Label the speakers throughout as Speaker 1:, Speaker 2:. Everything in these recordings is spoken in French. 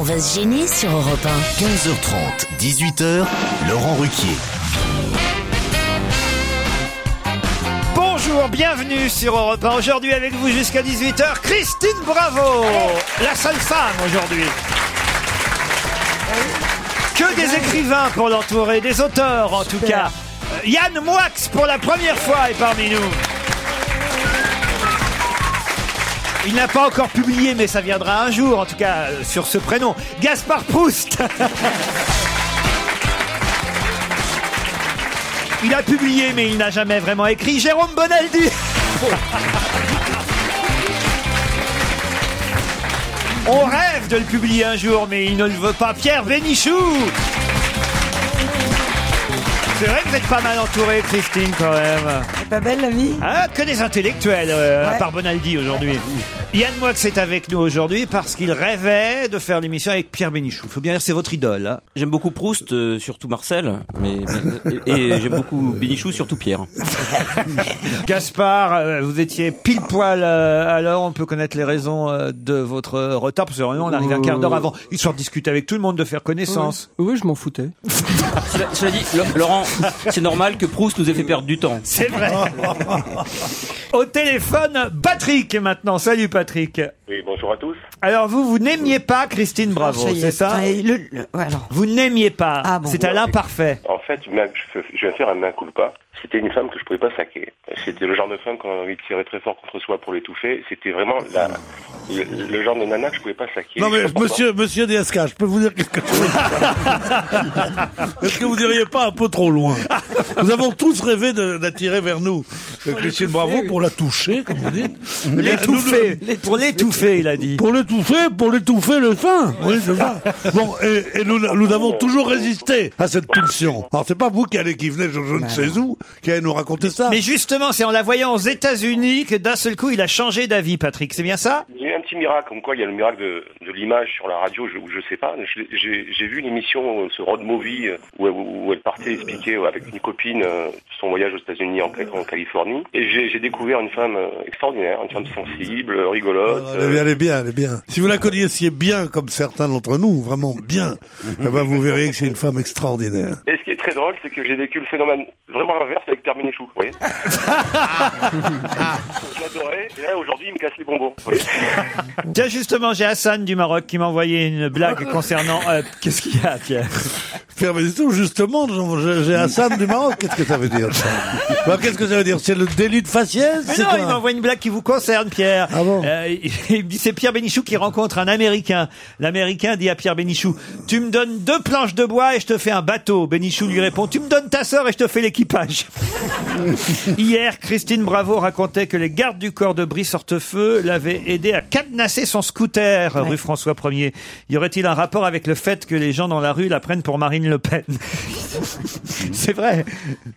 Speaker 1: On va se gêner sur Europe
Speaker 2: 15h30, 18h, Laurent Ruquier.
Speaker 3: Bonjour, bienvenue sur Europe 1. Aujourd'hui avec vous jusqu'à 18h, Christine Bravo, la seule femme aujourd'hui. Que des écrivains pour l'entourer, des auteurs en tout cas. Euh, Yann Moix pour la première fois est parmi nous. Il n'a pas encore publié, mais ça viendra un jour, en tout cas euh, sur ce prénom. Gaspard Proust Il a publié, mais il n'a jamais vraiment écrit. Jérôme Bonaldi On rêve de le publier un jour, mais il ne le veut pas. Pierre Bénichou C'est vrai que vous êtes pas mal entouré, Christine, quand même.
Speaker 4: Pas belle la vie
Speaker 3: Ah, que des intellectuels, euh, à
Speaker 4: Ouais.
Speaker 3: part Bonaldi aujourd'hui. Yann Moix est avec nous aujourd'hui parce qu'il rêvait de faire l'émission avec Pierre Bénichou. Faut bien dire, c'est votre idole. hein.
Speaker 5: J'aime beaucoup Proust, euh, surtout Marcel, mais, mais- et, et j'aime beaucoup Bénichou, surtout Pierre.
Speaker 3: Gaspard, euh, vous étiez pile poil euh, alors on peut connaître les raisons euh, de votre euh, retard parce que vraiment on arrive un quart d'heure avant histoire de discuter avec tout le monde de faire connaissance.
Speaker 6: Euh. Oui, je m'en foutais.
Speaker 5: Cela, cela dit, Lo- Laurent, c'est normal que Proust nous ait fait perdre du temps.
Speaker 3: C'est vrai. Au téléphone, Patrick est maintenant. Salut Patrick.
Speaker 7: Oui, bonjour à tous.
Speaker 3: Alors vous vous n'aimiez pas Christine Bravo,
Speaker 4: Oh, Ça y est.
Speaker 3: c'est ça
Speaker 4: Ouais, le- le- ouais, alors.
Speaker 3: Vous n'aimiez pas.
Speaker 4: Ah bon.
Speaker 3: c'est à l'imparfait.
Speaker 7: En fait, ma- je je vais faire un mea culpa. C'était une femme que je pouvais pas saquer. C'était le genre de femme qu'on a envie de tirer très fort contre soi pour l'étouffer. C'était vraiment la, le, le genre de nana que je pouvais pas saquer.
Speaker 8: Non mais
Speaker 7: Je comprends
Speaker 8: monsieur, monsieur DSK, je peux vous dire quelque chose. Est-ce que vous diriez pas un peu trop loin Nous avons tous rêvé de l'attirer vers nous. Euh, Christine Bravo pour la toucher, comme vous dites.
Speaker 3: L'étouffer. Pour l'étouffer, il a dit.
Speaker 8: Pour l'étouffer, pour l'étouffer le fin. Oui, c'est ça. Bon, et, et nous, nous avons toujours résisté à cette pulsion. Alors c'est pas vous qui allez qui venez, je, je ne sais où, qui allez nous raconter ça.
Speaker 3: Bah Mais justement, c'est en la voyant aux États-Unis que d'un seul coup, il a changé d'avis, Patrick. C'est bien ça
Speaker 7: Il y a eu un petit miracle, comme quoi il y a le miracle de, de l'image sur la radio, je, ou je sais pas. Je- J'ai j'ai vu l'émission, euh, ce road movie, euh, où, où- où elle partait expliquer euh, avec une copine euh, son voyage aux États-Unis en, en Californie. Et j'ai j'ai découvert une femme euh, extraordinaire, une femme sensible, euh, rigolote.
Speaker 8: Ah, Elle est
Speaker 7: euh,
Speaker 8: bien, elle est bien, elle est bien. Si vous la connaissiez bien, comme certains d'entre nous, vraiment bien, eh ben vous verriez que c'est une femme extraordinaire.
Speaker 7: Et ce qui est très drôle, c'est que j'ai vécu le phénomène vraiment inverse avec Pierre Bénichou, vous voyez Je l'adorais, et là aujourd'hui il me casse les bonbons. vous voyez.
Speaker 3: Tiens, justement, j'ai Hassan du Maroc qui m'a envoyé une blague concernant... euh, Qu'est-ce qu'il y a, Pierre
Speaker 8: Faire des tours, justement, j'en- j'ai j'ai Hassan du Maroc. Qu'est-ce que ça veut dire ça Bah, Qu'est-ce que ça veut dire C'est le délit de faciès
Speaker 3: Mais
Speaker 8: c'est
Speaker 3: non,
Speaker 8: quoi
Speaker 3: il m'envoie une blague qui vous concerne, Pierre.
Speaker 8: Ah bon
Speaker 3: Euh, il- il me dit, c'est Pierre Bénichou qui rencontre un Américain. L'Américain dit à Pierre Bénichou, tu me donnes deux planches de bois et je te fais un bateau. Bénichou lui répond, tu me donnes ta sœur et je te fais l'équipage. Hier, Christine Bravo racontait que les gardes du corps de Brie Sortefeu l'avaient aidé à cadenasser son scooter rue François 1er. Y aurait-il un rapport avec le fait que les gens dans la rue la prennent pour Marine Le Pen C'est vrai.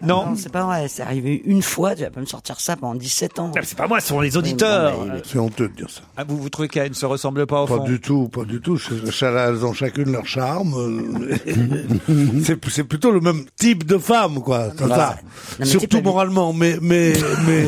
Speaker 3: Non.
Speaker 4: Non, c'est pas vrai, c'est arrivé une fois, tu vas pas me sortir ça pendant 17 ans.
Speaker 3: Ah, C'est pas moi, ce sont les auditeurs. hein,
Speaker 4: Oui, mais
Speaker 8: C'est honteux de dire ça.
Speaker 3: Ah, vous, vous trouvez qu'elles ne se ressemblent pas au
Speaker 8: Pas
Speaker 3: fond
Speaker 8: du tout, pas du tout. C'est- ça, Elles ont chacune leur charme. euh, c'est c'est plutôt le même type de femme, quoi. c'est ça.
Speaker 4: Ah, mais c'est
Speaker 8: Surtout
Speaker 4: pas-
Speaker 8: moralement, mais mais mais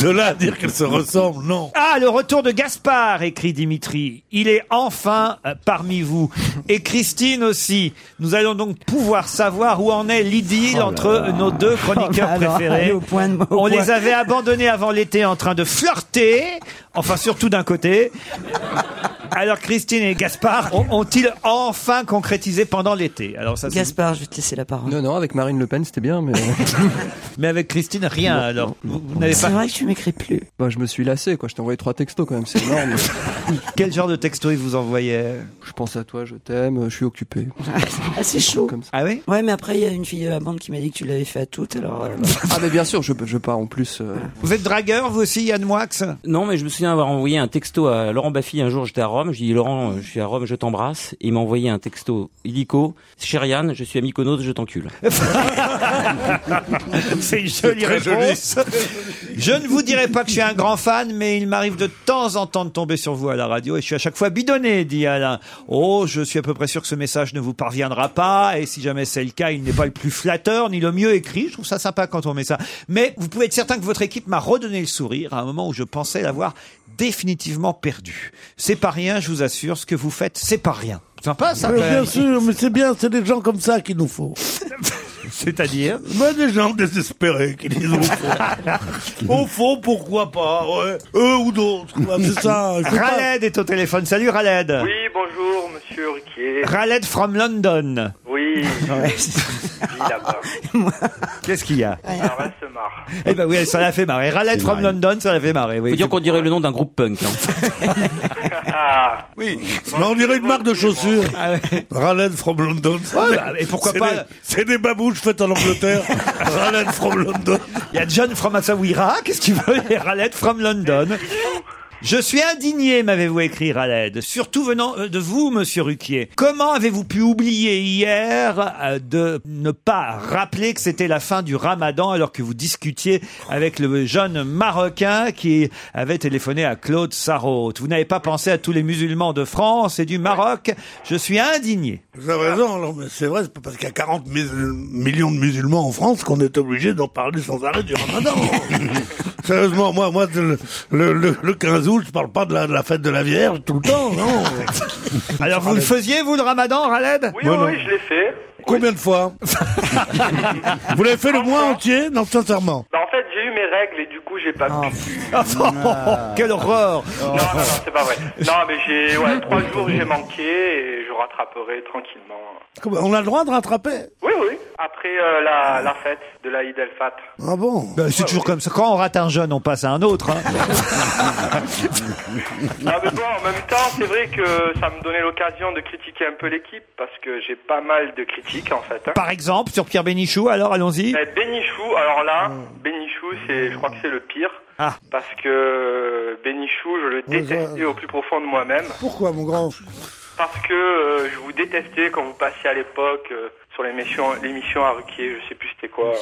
Speaker 8: de là à dire qu'elles se ressemblent, non.
Speaker 3: Ah, le retour de Gaspard, écrit Dimitri. Il est enfin euh, parmi vous. Et Christine aussi. Nous allons donc pouvoir savoir où en est l'idylle entre nos deux chroniqueurs
Speaker 4: Oh, bah alors,
Speaker 3: préférés.
Speaker 4: allez au point de- au
Speaker 3: On
Speaker 4: point.
Speaker 3: les avait abandonnés avant l'été en train de flirter. Enfin, surtout d'un côté. Alors, Christine et Gaspard ont- ont-ils enfin concrétisé pendant l'été Alors, ça, c'est-
Speaker 4: Gaspard, je vais te laisser la parole.
Speaker 6: Non, non, avec Marine Le Pen, c'était bien, mais. euh,
Speaker 3: mais avec Christine, rien alors. Vous, vous n'avez
Speaker 4: C'est
Speaker 3: pas.
Speaker 4: vrai que tu m'écris plus.
Speaker 6: Bah, je me suis lassé, quoi. Je t'ai envoyé trois textos quand même, c'est énorme.
Speaker 3: Quel genre de texto ils vous envoyaient
Speaker 6: je pense à toi, je t'aime, je suis occupé.
Speaker 4: Ah, c'est chaud.
Speaker 6: Comme ça.
Speaker 3: Ah oui
Speaker 4: Ouais, mais après, il y a une fille de la bande qui m'a dit que tu l'avais fait à toutes, alors. euh,
Speaker 6: Ah, mais bien sûr, je, je pars en plus. euh,
Speaker 3: Vous êtes dragueur, vous aussi, Yann Moix
Speaker 5: Non, mais je me souviens avoir envoyé un texto à Laurent Baffy un jour, j'étais à Rome, je lui ai dit Laurent, euh, je suis à Rome, je t'embrasse. Et il m'a envoyé un texto illico, chère Yann, je suis à Mykonos, je t'encule.
Speaker 3: C'est une jolie
Speaker 8: très joli.
Speaker 3: réponse. Je ne vous dirai pas que je suis un grand fan, mais il m'arrive de temps en temps de tomber sur vous à la radio et je suis à chaque fois bidonné, dit Alain. Oh, je suis à peu près sûr que ce message ne vous parviendra pas et si jamais c'est le cas, il n'est pas le plus flatteur ni le mieux écrit. Je trouve ça sympa quand on met ça. Mais vous pouvez être certain que votre équipe m'a redonné le sourire à un moment où je pensais l'avoir définitivement perdu. C'est pas rien, je vous assure. Ce que vous faites, c'est pas rien. Sympa ça. quand
Speaker 8: Mais
Speaker 3: même.
Speaker 8: bien sûr, mais c'est bien, c'est des gens comme ça qu'il nous faut.
Speaker 3: C'est-à-dire.
Speaker 8: Bah, des gens désespérés qui disent au fond. au fond, pourquoi pas, ouais. Eux ou d'autres, quoi, c'est ça. il faut pas-
Speaker 3: Raled est au téléphone. Salut Raled.
Speaker 9: Oui, bonjour, monsieur Riquier.
Speaker 3: Raled from London.
Speaker 9: Oui,
Speaker 4: ouais.
Speaker 9: oui, là-bas.
Speaker 3: Qu'est-ce qu'il y a
Speaker 9: Alors, elle se marre.
Speaker 3: Eh ben oui, ça l'a fait marrer. Raled from
Speaker 10: marrant.
Speaker 3: London, ça l'a fait marrer.
Speaker 5: Faut
Speaker 3: Oui.
Speaker 5: dire qu'on dirait le nom d'un groupe punk. hein.
Speaker 9: Ah,
Speaker 8: Oui, mais on dirait une marque de chaussures. Ralen from London.
Speaker 3: Ah Ouais, bah, et pourquoi
Speaker 8: C'est
Speaker 3: pas-
Speaker 8: des- C'est des babouches faites en Angleterre. Ralen from London.
Speaker 3: Il y a John from Asawira. Qu'est-ce qu'il veut Et Raled from London. Je suis indigné, m'avez-vous écrit, Raled. Surtout venant euh, de vous, monsieur Ruquier. Comment avez-vous pu oublier hier euh, de ne pas rappeler que c'était la fin du ramadan alors que vous discutiez avec le jeune Marocain qui avait téléphoné à Claude Sarraute Vous n'avez pas pensé à tous les musulmans de France et du Maroc. Je suis indigné.
Speaker 8: Vous avez raison, alors, mais c'est vrai, c'est pas parce qu'il y a 40 mus- millions de musulmans en France qu'on est obligé d'en parler sans arrêt du ramadan. Sérieusement, moi, moi, le, le, le- le 15 août, je parle pas de la, de la fête de la Vierge tout le temps, non.
Speaker 3: Alors vous le faisiez, vous, le ramadan, Raled
Speaker 9: oui,
Speaker 8: Voilà.
Speaker 9: oui, je l'ai fait.
Speaker 8: Combien de fois Vous l'avez fait le mois entier Non, sincèrement.
Speaker 9: Bah, en fait, j'ai eu mes règles et du coup, j'ai pas
Speaker 3: Oh,
Speaker 9: pu.
Speaker 3: Ah, Quelle horreur
Speaker 9: Non, non, non, c'est pas vrai. Non, mais j'ai, ouais, trois jours, j'ai manqué et je rattraperai tranquillement.
Speaker 8: Comment- On a le droit de rattraper
Speaker 9: Oui, oui. Après euh, la, la fête de la Eid el-Fat.
Speaker 8: Ah bon
Speaker 3: Bah, C'est toujours comme ça. Quand on rate un jeune, on passe à un autre. hein.
Speaker 9: Ah, mais bon, en même temps, c'est vrai que ça me donnait l'occasion de critiquer un peu l'équipe parce que j'ai pas mal de critiques, en fait. hein.
Speaker 3: Par exemple, sur Pierre Bénichou, alors allons-y.
Speaker 9: Eh, Bénichou, alors là, Bénichou, c'est, je crois que c'est le pire.
Speaker 3: Hmm. Ah.
Speaker 9: Parce que Bénichou, je le détestais au plus profond de moi-même.
Speaker 8: Pourquoi, mon grand
Speaker 9: Parce que euh, je vous détestais quand vous passiez à l'époque euh, sur l'émission, l'émission à Ruquier, je sais plus c'était quoi.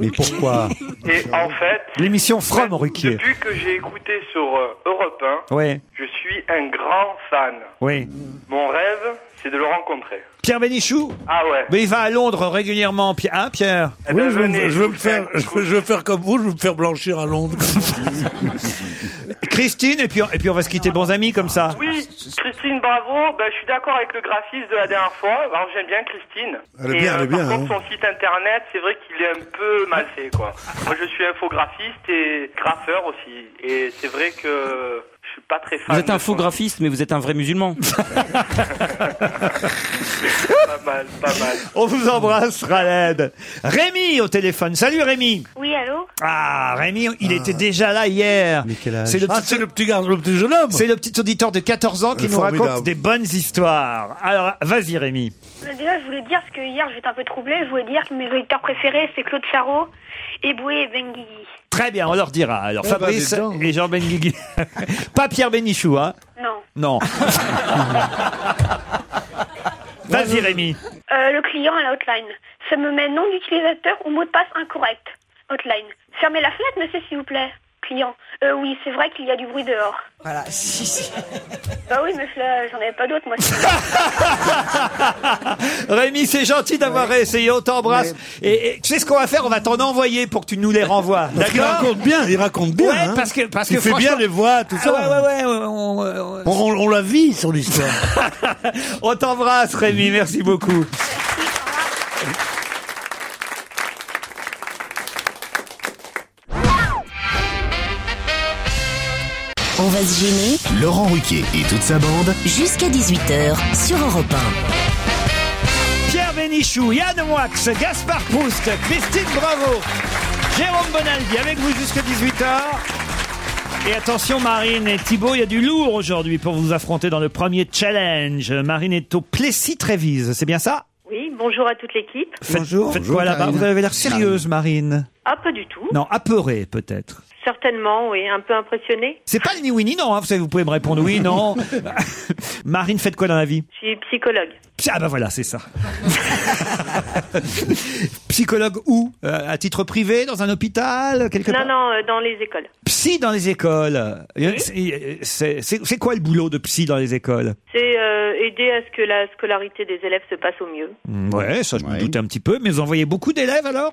Speaker 8: Mais pourquoi
Speaker 9: Et en fait,
Speaker 3: L'émission
Speaker 9: Eh,
Speaker 3: From Ruquier.
Speaker 9: depuis que j'ai écouté sur euh, Europe 1,
Speaker 3: Oui,
Speaker 9: je suis un grand fan.
Speaker 3: oui.
Speaker 9: Mon rêve, c'est de le rencontrer.
Speaker 3: Pierre Bénichou
Speaker 9: Ah ouais.
Speaker 3: Mais il va à Londres régulièrement. Pi- Hein, Pierre
Speaker 9: Eh
Speaker 8: Oui,
Speaker 9: ben,
Speaker 8: je veux, me-
Speaker 9: venez,
Speaker 8: je veux me
Speaker 9: vous
Speaker 8: faire,
Speaker 9: faites-
Speaker 8: je veux, je veux faire comme vous, je veux me faire blanchir à Londres.
Speaker 3: Christine, et puis, on- et puis on va se quitter bons amis comme ça.
Speaker 8: Ah,
Speaker 9: Oui, Christine Bravo, ben, je suis d'accord avec le graphiste de la dernière fois. Alors j'aime bien Christine.
Speaker 8: Elle est
Speaker 9: Et, euh,
Speaker 8: bien, hein. elle est
Speaker 9: par
Speaker 8: bien,
Speaker 9: contre, son site internet, c'est vrai qu'il est un peu mal fait, quoi. Moi, je suis infographiste et graffeur aussi. Et c'est vrai que je suis pas très fan.
Speaker 5: Vous êtes un
Speaker 9: de
Speaker 5: faux
Speaker 9: son-
Speaker 5: graphiste, mais vous êtes un vrai musulman.
Speaker 9: Pas mal, pas mal.
Speaker 3: On vous embrasse, Raled. Rémi au téléphone. Salut Rémi.
Speaker 11: Oui, allô
Speaker 3: Ah, Rémi, il était déjà là hier. C'est le
Speaker 8: Ah,
Speaker 3: petit-
Speaker 8: c'est le petit garçon, le petit jeune homme
Speaker 3: c'est le petit auditeur de 14 ans qui
Speaker 8: Euh,
Speaker 3: nous
Speaker 8: formidable.
Speaker 3: raconte des bonnes histoires. Alors, vas-y Rémi.
Speaker 11: Euh, Déjà, je voulais dire, parce que hier, j'étais un peu troublée, je voulais dire que mes auditeurs préférés, c'est Claude Sarrault, Eboué et Benguigui.
Speaker 3: Très bien, on leur dira. Alors,
Speaker 8: bah,
Speaker 3: Fabrice
Speaker 8: dis donc.
Speaker 3: et Jean Benguigui. Pas Pierre Bénichou, hein
Speaker 11: Non.
Speaker 3: Non. Vas-y, Rémi.
Speaker 11: Euh, le client à la hotline. Ça me met nom d'utilisateur ou mot de passe incorrect. Hotline. Fermez la fenêtre, monsieur, s'il vous plaît. Client. Euh, oui, c'est vrai qu'il y a du bruit dehors.
Speaker 4: Voilà, si, si.
Speaker 11: Bah oui, mais là, j'en avais pas d'autres, moi.
Speaker 3: Rémi, c'est gentil d'avoir essayé. On t'embrasse. Et, et tu sais ce qu'on va faire On va t'en envoyer pour que tu nous les renvoies.
Speaker 8: Parce qu'il
Speaker 3: D'accord
Speaker 8: raconte bien, il raconte bien.
Speaker 3: Ouais,
Speaker 8: hein.
Speaker 3: parce que parce
Speaker 8: il
Speaker 3: que
Speaker 8: fait bien
Speaker 3: franchement-
Speaker 8: les voix, tout
Speaker 3: Ah
Speaker 8: ça.
Speaker 3: ouais, ouais, ouais, ouais, on- euh, on-
Speaker 8: On, on- on la vit, son histoire.
Speaker 3: On t'embrasse, Rémi. Merci beaucoup.
Speaker 1: On va se gêner.
Speaker 2: Laurent Ruquier et toute sa bande.
Speaker 1: Jusqu'à 18h sur Europe
Speaker 3: Pierre Bénichou, Yann Moix, Gaspard Proust, Christine Bravo, Jérôme Bonaldi avec vous jusqu'à 18h. Et attention Marine et Thibault, il y a du lourd aujourd'hui pour vous affronter dans le premier challenge. Marine est au Plessis-Trévise, c'est bien ça
Speaker 12: Oui, bonjour à toute l'équipe.
Speaker 3: Faites- Faites quoi là-bas Vous avez l'air sérieuse Marine.
Speaker 12: Ah, pas du tout.
Speaker 3: Non, apeurée peut-être.
Speaker 12: Certainement, oui, un peu impressionné.
Speaker 3: C'est pas le ni oui ni non, hein, vous savez, vous pouvez me répondre oui, non. Marine, faites quoi dans la vie
Speaker 12: Je suis psychologue.
Speaker 3: Ah bah voilà, c'est ça. Psychologue où Euh, À titre privé, dans un hôpital, quelque
Speaker 12: non,
Speaker 3: part
Speaker 12: non, euh, dans les écoles.
Speaker 3: Psy dans les écoles. C'est- C'est c'est- c'est quoi le boulot de psy dans les écoles
Speaker 12: C'est euh, aider à ce que la scolarité des élèves se passe au mieux.
Speaker 13: Hmm,
Speaker 3: Ouais, ça je me doutais un petit peu, mais vous en voyez beaucoup d'élèves alors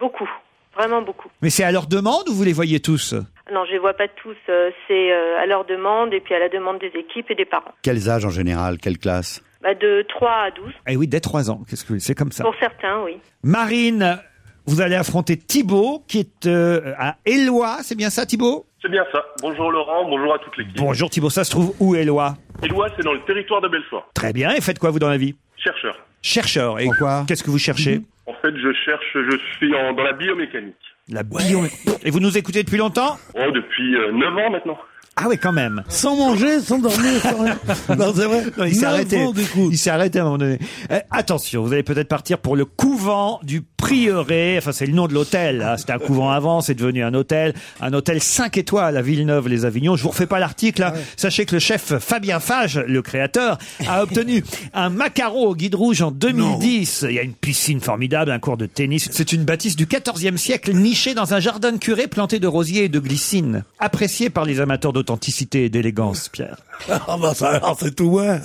Speaker 12: Beaucoup, vraiment beaucoup.
Speaker 3: Mais c'est à leur demande ou vous les voyez tous
Speaker 12: Non, je les vois pas tous. euh, C'est euh, à leur demande et puis à la demande des équipes et des parents.
Speaker 13: Quels âges en général Quelle classe
Speaker 12: Bah, de 3 à 12,
Speaker 3: Eh oui, dès 3 ans, qu'est-ce que c'est comme ça.
Speaker 12: pour certains, oui.
Speaker 3: Marine, vous allez affronter Thibaut qui est euh, à Éloi, c'est bien ça Thibaut
Speaker 9: C'est bien ça. Bonjour Laurent, bonjour à toute l'équipe.
Speaker 3: Bonjour Thibaut, ça se trouve où Éloi
Speaker 9: Éloi, c'est dans le territoire de Belfort.
Speaker 3: Très bien, et faites quoi vous dans la vie
Speaker 9: Chercheur.
Speaker 3: Chercheur, et qu'est-ce que vous cherchez
Speaker 9: En fait, je cherche, je suis en- dans la biomécanique.
Speaker 3: La bio... Et vous nous écoutez depuis longtemps
Speaker 9: Oh, depuis 9 ans maintenant.
Speaker 3: Ah oui, quand même.
Speaker 8: Sans manger, sans dormir, sans rien. Non, c'est vrai.
Speaker 3: Non, il s'est
Speaker 8: Neuf
Speaker 3: arrêté.
Speaker 8: ans
Speaker 3: Il s'est arrêté à un moment donné. Eh, attention, vous allez peut-être partir pour le couvent du prieuré. Enfin, c'est le nom de l'hôtel. hein. C'était un couvent avant, c'est devenu un hôtel. Un hôtel 5 étoiles à Villeneuve-les-Avignon. Je vous refais pas l'article. hein. Sachez que le chef Fabien Fage, le créateur, a obtenu un macaron au guide rouge en 2010. Il y a une piscine formidable, un cours de tennis. C'est une bâtisse du 14e siècle nichée dans un jardin de curé planté de rosiers et de glycines. Appréciée par les amateurs d'authenticité et d'élégance, Pierre.
Speaker 8: Ah bah ça, alors, c'est tout ouais.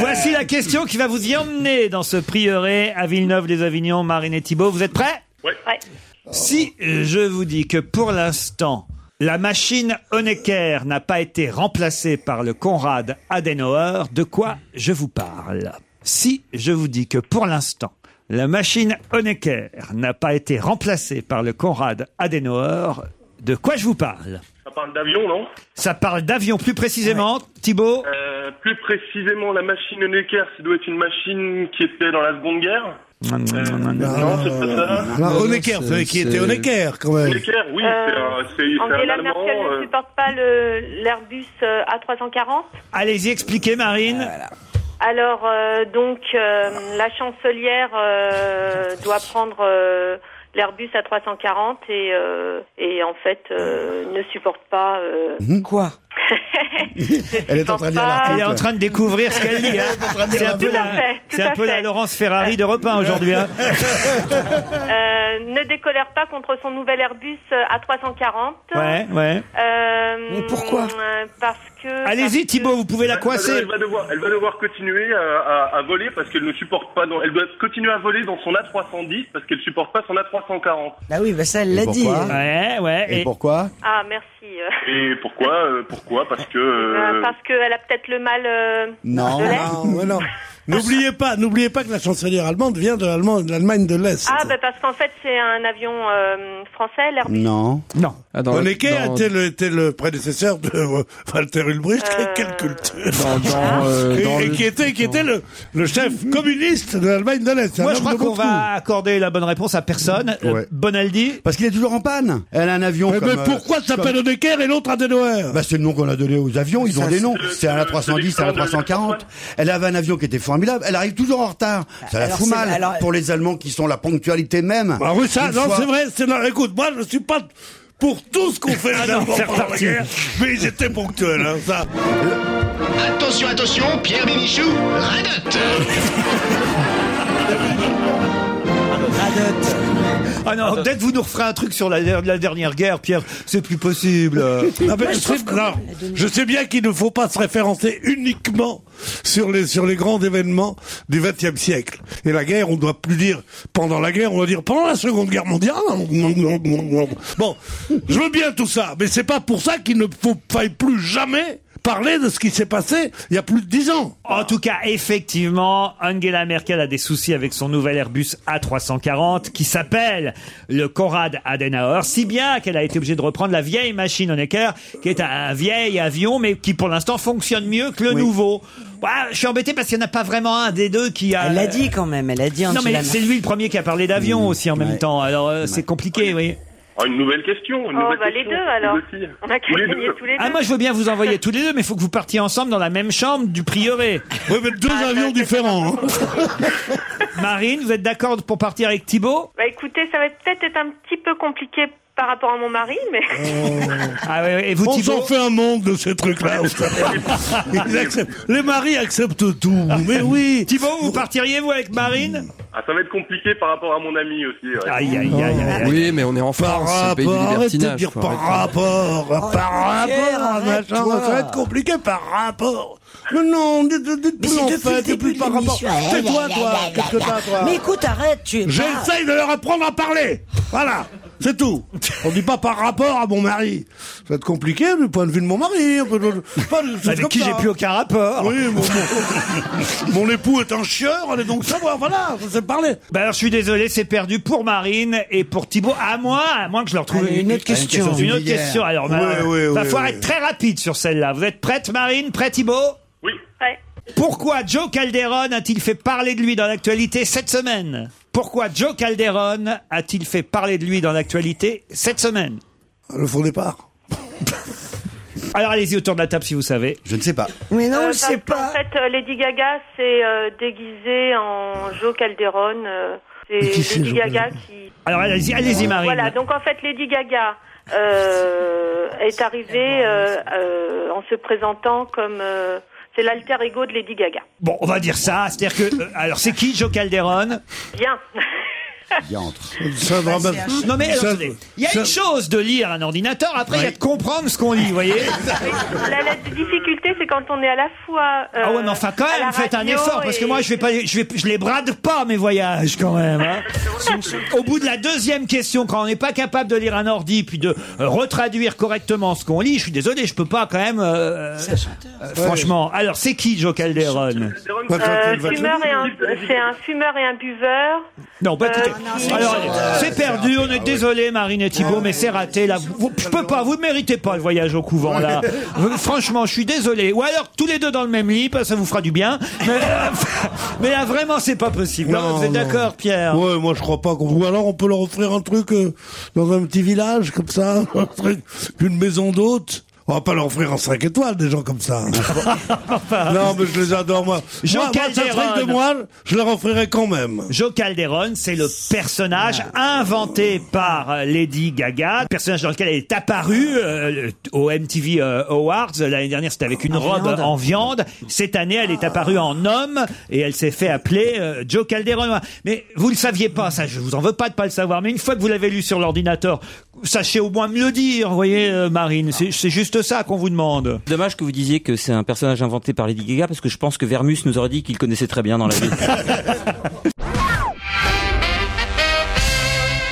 Speaker 3: Voici la question qui va vous y emmener dans ce prieuré à Villeneuve-les-Avignon, Marine et Thibault. Vous êtes prêts Si euh, je vous dis que pour l'instant, la machine Honecker n'a pas été remplacée par le Conrad Adenauer, de quoi je vous parle Si je vous dis que pour l'instant, la machine Honecker n'a pas été remplacée par le Conrad Adenauer, de quoi je vous parle
Speaker 9: Ça parle d'avion, non
Speaker 3: Ça parle d'avion plus précisément, Thibault
Speaker 9: Euh, Plus précisément, la machine Necker, ça doit être une machine qui était dans la Seconde Guerre. Non, c'est pas ça.
Speaker 3: Bah,
Speaker 8: Alors, Honecker, vous savez qui était Honecker quand même
Speaker 9: Necker, oui,
Speaker 12: Euh,
Speaker 9: c'est un- c'est c'est un
Speaker 12: Angela
Speaker 9: Allemand.
Speaker 12: Merkel
Speaker 9: euh,
Speaker 12: ne supporte pas le- l'Airbus euh, A340.
Speaker 3: Allez-y, expliquez, Marine.
Speaker 12: Alors, euh, donc, euh, la chancelière euh, doit prendre euh, l'Airbus A340 et, euh, et en fait, euh, ne supporte pas... euh,
Speaker 3: Quoi
Speaker 12: Elle est en train de lire pas. l'article.
Speaker 3: Elle est en train de découvrir ce qu'elle lit. hein.
Speaker 12: Elle est en train de
Speaker 3: C'est
Speaker 12: lire
Speaker 3: un
Speaker 12: l'article.
Speaker 3: peu
Speaker 12: Tout
Speaker 3: la,
Speaker 12: à fait, tout
Speaker 3: c'est un
Speaker 12: à
Speaker 3: peu la
Speaker 12: fait.
Speaker 3: Laurence Ferrari de repas aujourd'hui. hein.
Speaker 12: Euh, ne décolère pas contre son nouvel Airbus A340.
Speaker 3: Ouais, ouais.
Speaker 12: Euh,
Speaker 3: Mais pourquoi
Speaker 12: euh, Parce que.
Speaker 3: Allez-y, Thibaut, vous pouvez la
Speaker 9: Elle va devoir-
Speaker 3: coincer.
Speaker 9: Elle va devoir, elle va devoir continuer à, à- à voler parce qu'elle ne supporte pas. dans- elle doit continuer à voler dans son A310 parce qu'elle supporte pas son A340.
Speaker 4: Bah oui, bah ça, elle l'a dit.
Speaker 12: hein.
Speaker 3: Ouais, Eh ouais.
Speaker 13: Et, pourquoi
Speaker 12: Ah, merci. euh,
Speaker 9: Et pourquoi euh, Pourquoi Parce que.
Speaker 12: euh,
Speaker 9: euh,
Speaker 12: parce qu'elle a peut-être le mal. euh,
Speaker 8: Non,
Speaker 12: de l'air.
Speaker 8: non, non. N'oubliez pas, n'oubliez pas que la chancelière allemande vient de l'Allemagne, de l'Allemagne de l'Est.
Speaker 12: Ah, bah parce qu'en fait, c'est un avion euh, français, l'Airbus.
Speaker 8: Non.
Speaker 3: Non.
Speaker 8: Honecker
Speaker 6: ah, dans-
Speaker 8: était, le, était le prédécesseur de euh, Walter Ulbricht. Quelle culture
Speaker 6: dans, euh,
Speaker 8: Et-
Speaker 6: dans
Speaker 8: Et,
Speaker 6: le-
Speaker 8: qui était, qui était le, le chef communiste de l'Allemagne de l'Est. C'est
Speaker 3: Moi,
Speaker 8: un
Speaker 3: je
Speaker 8: homme
Speaker 3: crois
Speaker 8: de
Speaker 3: qu'on
Speaker 8: bon goût.
Speaker 3: va accorder la bonne réponse à personne. Euh, Bonaldi.
Speaker 13: Parce qu'il est toujours en panne. Elle a un avion.
Speaker 12: Eh
Speaker 8: Mais,
Speaker 12: ben,
Speaker 13: comme,
Speaker 8: mais pourquoi
Speaker 13: euh,
Speaker 8: ça s'appelle Honecker et l'autre Adenauer
Speaker 13: Bah, c'est le nom qu'on a donné aux avions, ils ont
Speaker 8: Ça,
Speaker 13: des noms.
Speaker 8: c'est-
Speaker 13: C'est un A310, c'est un A340. Elle avait un avion qui était formidable, elle arrive toujours en retard. Ça la
Speaker 8: Alors,
Speaker 13: fout
Speaker 8: c'est-
Speaker 13: mal
Speaker 8: alors-
Speaker 13: pour les Allemands qui sont la ponctualité même.
Speaker 8: Ah oui, ça,
Speaker 13: Une
Speaker 8: non,
Speaker 13: fois-
Speaker 8: c'est vrai, c'est non, écoute, moi, je suis pas pour tout ce qu'on fait les Allemands
Speaker 13: c'est
Speaker 8: pendant la
Speaker 13: reparti.
Speaker 8: guerre, mais ils étaient ponctuels, hein, ça.
Speaker 2: Attention, attention, Pierre Bénichou, radote
Speaker 3: Ah non, dès que vous nous referez un truc sur la, la dernière guerre, Pierre, c'est plus possible.
Speaker 8: Euh, Non, mais je, trouve que- non, je sais bien qu'il ne faut pas se référencer uniquement sur les, sur les grands événements du XXe siècle. Et la guerre, on ne doit plus dire pendant la guerre, on doit dire pendant la Seconde Guerre mondiale. Bon, je veux bien tout ça, mais c'est pas pour ça qu'il ne faut, faille plus jamais parler de ce qui s'est passé il y a plus de dix ans.
Speaker 3: En tout cas, effectivement, Angela Merkel a des soucis avec son nouvel Airbus A340 qui s'appelle le Konrad Adenauer, si bien qu'elle a été obligée de reprendre la vieille machine Honecker, qui est un vieil avion, mais qui pour l'instant fonctionne mieux que le nouveau. Bah, je suis embêté parce qu'il n'y en a pas vraiment un des deux qui a...
Speaker 4: Elle l'a dit quand même, elle a dit
Speaker 3: Non,
Speaker 4: Angela
Speaker 3: mais
Speaker 4: Merkel.
Speaker 3: c'est lui le premier qui a parlé
Speaker 8: Mmh.
Speaker 3: d'avion aussi en même temps, alors euh, c'est compliqué, oui.
Speaker 9: Ah, une nouvelle question. Une
Speaker 12: Oh,
Speaker 9: nouvelle
Speaker 12: bah, les
Speaker 9: question,
Speaker 12: deux, alors.
Speaker 9: aussi.
Speaker 12: On a qu'à
Speaker 9: Ou les
Speaker 12: gagner
Speaker 9: deux.
Speaker 12: tous les deux.
Speaker 3: Ah, moi, je veux bien vous envoyer tous les deux, mais il faut que vous partiez ensemble dans la même chambre du prieuré.
Speaker 8: Oui, mais deux
Speaker 12: Bah,
Speaker 8: avions différents. hein.
Speaker 3: Marine, vous êtes d'accord pour partir avec Thibaut
Speaker 12: Bah écoutez, ça va peut-être être un petit peu compliqué par rapport à mon mari, mais
Speaker 3: Ah oui, oui. et vous,
Speaker 8: On
Speaker 3: Thibaut
Speaker 8: s'en fait un monde de ces trucs-là. vous savez. Ils acceptent- Les maris acceptent tout.
Speaker 4: Ah,
Speaker 8: Mais oui.
Speaker 3: Thibaut, vous partiriez, vous, avec Marine
Speaker 9: Ah, ça va être compliqué par rapport à mon ami aussi. ouais.
Speaker 3: Aïe, aïe, aïe, aïe, aïe.
Speaker 6: Oui, mais on est en
Speaker 8: Par
Speaker 6: France, c'est le pays du
Speaker 8: rapport, arrête de
Speaker 6: libertinage.
Speaker 8: dire
Speaker 6: faut
Speaker 8: par
Speaker 6: arrêter.
Speaker 8: rapport, par
Speaker 4: Oh, Pierre,
Speaker 8: rapport,
Speaker 4: arrête,
Speaker 8: machin,
Speaker 4: toi.
Speaker 8: ça va être compliqué par rapport. Mais non, dites, dites plus
Speaker 4: Mais c'est
Speaker 8: en
Speaker 4: depuis le
Speaker 8: fait, dites
Speaker 4: début
Speaker 8: plus
Speaker 4: de
Speaker 8: par rapport.
Speaker 4: l'émission. Aïe,
Speaker 8: C'est toi,
Speaker 4: aïe,
Speaker 8: toi,
Speaker 4: aïe, aïe,
Speaker 8: qu'est-ce que
Speaker 4: aïe,
Speaker 8: t'as,
Speaker 4: aïe.
Speaker 8: toi
Speaker 4: Mais écoute, arrête, tu es pas-
Speaker 8: J'essaye de leur apprendre à parler. Voilà, c'est tout. On dit pas par rapport à mon mari. Ça va être compliqué du point de vue de mon mari. Pas de- c'est
Speaker 3: Avec
Speaker 8: comme
Speaker 3: qui
Speaker 8: ça.
Speaker 3: j'ai plus aucun rapport.
Speaker 8: Oui, mon, mon- mon époux est un chieur, allez donc savoir, voilà, ça s'est parlé.
Speaker 3: Bah alors je suis désolé, c'est perdu pour Marine et pour Thibaut. À moi, à moins que je leur trouve Ah,
Speaker 4: Allez, une autre question.
Speaker 3: Une, autre
Speaker 13: Hier.
Speaker 3: question. Alors, bah,
Speaker 8: Oui, oui,
Speaker 3: va
Speaker 8: oui,
Speaker 3: falloir
Speaker 8: oui.
Speaker 3: être très rapide sur celle-là. Vous êtes prête, Marine Prêt, Thibaut
Speaker 9: Oui.
Speaker 12: ouais.
Speaker 3: Pourquoi Joe Calderon a-t-il fait parler de lui dans l'actualité cette semaine Pourquoi Joe Calderon a-t-il fait parler de lui dans l'actualité cette semaine
Speaker 8: Le faux départ.
Speaker 3: Alors allez-y autour de la table si vous savez.
Speaker 13: Je ne sais pas.
Speaker 4: Mais
Speaker 12: Euh,
Speaker 4: non,
Speaker 12: parce
Speaker 4: c'est
Speaker 12: qu'en
Speaker 4: pas.
Speaker 12: fait, euh, Lady Gaga s'est euh, déguisée en Joe Calderon. euh, c'est
Speaker 8: Mais qui c'est,
Speaker 12: Lady
Speaker 8: Joe
Speaker 12: Gaga
Speaker 8: Calderon
Speaker 12: qui. Euh,
Speaker 3: Alors Ah, allez-y, allez-y Marine.
Speaker 12: Voilà, donc en fait, Lady Gaga euh, est arrivée euh,
Speaker 3: hein,
Speaker 12: euh, en se présentant comme. euh, c'est l'alter ego de Lady Gaga.
Speaker 3: Bon, on va dire ça. C'est-à-dire que euh, alors c'est qui Joe Calderon
Speaker 12: Bien.
Speaker 13: Diantre.
Speaker 8: Ça va, bah,
Speaker 3: Non mais
Speaker 8: ça-
Speaker 3: attendez, il y a
Speaker 8: ça-
Speaker 3: une chose de lire un ordinateur, après il y a de comprendre ce qu'on lit, vous voyez
Speaker 12: la, euh, la difficulté, c'est quand on est à la fois. euh,
Speaker 3: Ah ouais, mais enfin quand
Speaker 12: à la
Speaker 3: même, faites un
Speaker 12: radio
Speaker 3: effort parce que
Speaker 12: et-
Speaker 3: moi je vais pas, je vais, je les brade pas mes voyages quand même. hein. Au bout de la deuxième question, quand on n'est pas capable de lire un ordi puis de euh, retraduire correctement ce qu'on lit, je suis désolé, je peux pas quand même. euh, euh, franchement, alors c'est qui Joe Calderon
Speaker 12: Euh, fumeur et un- c'est un fumeur et un buveur.
Speaker 3: Non, bah écoutez,
Speaker 12: Euh,
Speaker 3: alors c'est perdu, on est désolé Marine et Thibault, mais c'est raté là. Vous- je peux pas, vous ne méritez pas le voyage au couvent là. Euh, Franchement, je suis désolé. Ou alors tous les deux dans le même lit, parce que ça vous fera du bien. Mais, euh, mais là vraiment, c'est pas possible. Non,
Speaker 8: Non,
Speaker 3: vous êtes
Speaker 8: non.
Speaker 3: d'accord, Pierre
Speaker 8: Ouais, moi je crois pas qu'on. Ou alors on peut leur offrir un truc euh, dans un petit village comme ça, un truc, une maison d'hôte. On va pas leur offrir un 5 étoiles des gens comme ça. non, mais je les adore moi.
Speaker 3: Ah Jean
Speaker 8: moi, moi, ce
Speaker 3: Calderon.
Speaker 8: truc de moi, je leur offrirai quand même. Ah.
Speaker 3: Joe Calderon, c'est le personnage inventé par euh, Lady Gaga, personnage dans lequel elle est apparue euh, au MTV euh, Awards. L'année dernière, c'était avec une robe
Speaker 4: viande.
Speaker 3: en viande. Cette année, elle est apparue en homme et elle s'est fait appeler euh, Joe Calderon. Mais vous le saviez pas, ça, je vous en veux pas de pas le savoir. Mais une fois que vous l'avez lu sur l'ordinateur, sachez au moins me le dire, vous voyez, euh, Marine. C'est c'est juste ça qu'on vous demande.
Speaker 5: Dommage que vous disiez que c'est un personnage inventé par Lady Gaga parce que je pense que Vermus nous aurait dit qu'il connaissait très bien dans la vie.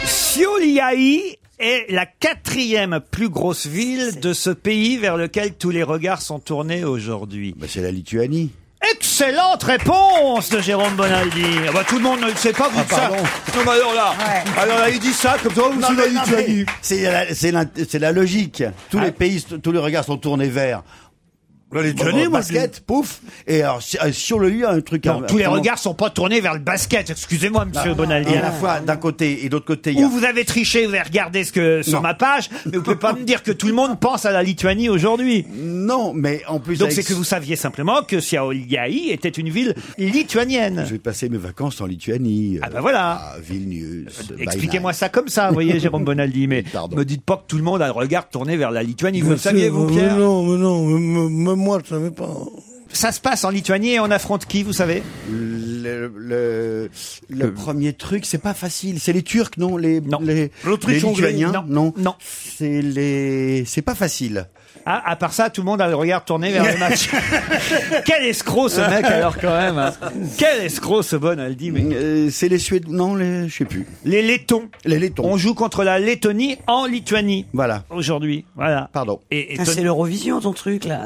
Speaker 3: Sioliaï est la quatrième plus grosse ville de ce pays vers lequel tous les regards sont tournés aujourd'hui.
Speaker 13: Bah, c'est la Lituanie.
Speaker 3: Excellente réponse de Jérôme Bonaldi. Ah bah, tout le monde ne le sait pas, vous dites ça.
Speaker 13: Ah, pardon.
Speaker 3: Non, mais alors là, alors là, il dit ça comme ça, vous
Speaker 13: Non,
Speaker 3: c'est
Speaker 13: mais
Speaker 3: la Ah.
Speaker 13: non,
Speaker 3: Lituanie.
Speaker 13: mais C'est la, c'est la- c'est la logique. Tous les pays, tous les regards sont tournés vers.
Speaker 3: Bah,
Speaker 8: La Lituanie, moi, je dis-
Speaker 13: basket, pouf. Et alors, si- euh, sur le lieu, un truc.
Speaker 3: Non,
Speaker 13: à-
Speaker 3: tous les
Speaker 13: vraiment-
Speaker 3: regards sont pas tournés vers le basket. Excusez-moi, monsieur Bonaldi.
Speaker 13: Et Bah, à la fois d'un côté et de l'autre côté, il y a.
Speaker 3: Ou vous avez triché, vous avez regardé ce que, sur
Speaker 13: Non.
Speaker 3: ma page, mais vous pouvez pas me dire que tout le monde pense à la Lituanie aujourd'hui.
Speaker 13: Non, mais en plus.
Speaker 3: Donc
Speaker 13: avec-
Speaker 3: c'est que vous saviez simplement que Sioliaï était une ville lituanienne.
Speaker 13: Je vais passer mes vacances en Lituanie.
Speaker 3: Ah
Speaker 13: euh,
Speaker 3: bah voilà.
Speaker 13: À Vilnius.
Speaker 3: Euh, Expliquez-moi ça comme ça, vous voyez, Jérôme Bonaldi. Mais
Speaker 13: Pardon.
Speaker 3: me dites pas que tout le monde a le regard tourné vers la Lituanie. Vous
Speaker 8: Bien
Speaker 3: le saviez,
Speaker 8: sûr,
Speaker 3: vous,
Speaker 8: mais
Speaker 3: Pierre
Speaker 8: Non, mais non, mais- mais- même moi je savais pas.
Speaker 3: Ça se passe en Lituanie et on affronte qui, vous savez Euh,
Speaker 13: Vilnius. Le, le, le premier truc, c'est pas facile. C'est les Turcs, non Les
Speaker 3: Non.
Speaker 13: les-
Speaker 8: L'Autriche-Hongrie,
Speaker 13: les Lituaniens,
Speaker 3: non. Non.
Speaker 13: C'est les. C'est pas facile.
Speaker 3: Ah, à part ça, tout le monde a le regard tourné vers le match. Quel escroc ce mec alors quand
Speaker 13: bah.
Speaker 3: même. Quel escroc ce Bonaldi.
Speaker 13: Euh, c'est les Suédois, non, les, je sais plus.
Speaker 3: Les Lettons.
Speaker 13: Les Lettons.
Speaker 3: On joue contre la Lettonie en Lituanie.
Speaker 13: Voilà.
Speaker 3: Aujourd'hui, voilà.
Speaker 13: Pardon.
Speaker 3: Et, et
Speaker 4: Ah,
Speaker 3: Tony-
Speaker 4: c'est l'Eurovision ton truc là.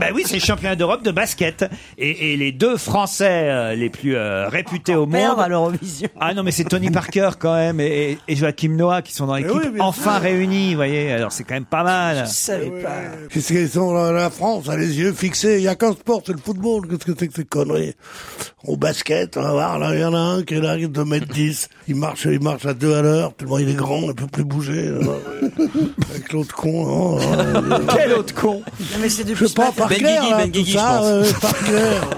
Speaker 3: bah oui, c'est le championnat d'Europe de basket. Et, et les deux Français euh, les plus euh, réputés au monde.
Speaker 4: perdre à l'Eurovision.
Speaker 3: Ah non, mais c'est Tony Parker quand même et, et- et Joachim Noah qui sont dans
Speaker 13: Eh
Speaker 3: l'équipe
Speaker 8: oui, mais-
Speaker 3: enfin réunis, vous voyez. Alors c'est quand même pas mal.
Speaker 8: Qu'est-ce qu'ils sont la, la France a les yeux fixés. Il n'y a qu'un sport, c'est le football. Qu'est-ce que c'est que ces conneries Au basket, on va voir, là, il y en a un qui est là, qui est 2m10. Il marche, il marche à deux à l'heure, tellement il est grand, il ne peut plus bouger. Avec l'autre con. oh, oh.
Speaker 3: Quel autre con
Speaker 4: Non, mais c'est
Speaker 8: Je sais pas, par cœur,
Speaker 3: Ben
Speaker 8: là, tout
Speaker 3: hein,
Speaker 8: ça, euh, par cœur.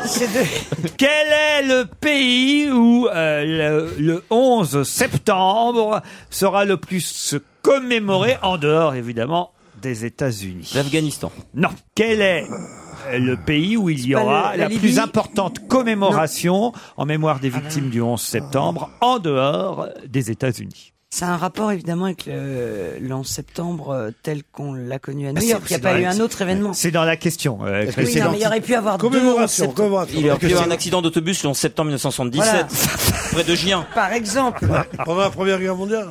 Speaker 3: Quel est le pays où euh, le, le 11 septembre sera le plus commémoré en dehors évidemment des États-Unis L'Afghanistan. Non. Quel est euh, le pays où il y
Speaker 4: pas
Speaker 3: aura
Speaker 4: le- la
Speaker 3: la,
Speaker 4: Libye
Speaker 3: plus importante commémoration en mémoire des victimes du 11 septembre en dehors des États-Unis
Speaker 4: C'est un rapport évidemment avec le- l'an septembre euh, tel qu'on l'a connu à New
Speaker 3: Ben, C'est-
Speaker 4: York. Il n'y a
Speaker 3: c'est
Speaker 4: pas
Speaker 3: dans
Speaker 4: eu
Speaker 3: la-
Speaker 4: un autre événement.
Speaker 3: C'est dans la question. euh,
Speaker 4: Oui,
Speaker 3: Christine.
Speaker 4: non, mais il y aurait pu avoir deux
Speaker 8: Commémoration,
Speaker 4: en septembre.
Speaker 8: commémoration.
Speaker 5: Il y a eu un
Speaker 8: Question.
Speaker 5: accident d'autobus le 11 septembre 1977, près de Gien.
Speaker 4: Par exemple.
Speaker 8: Pendant la Première Guerre mondiale.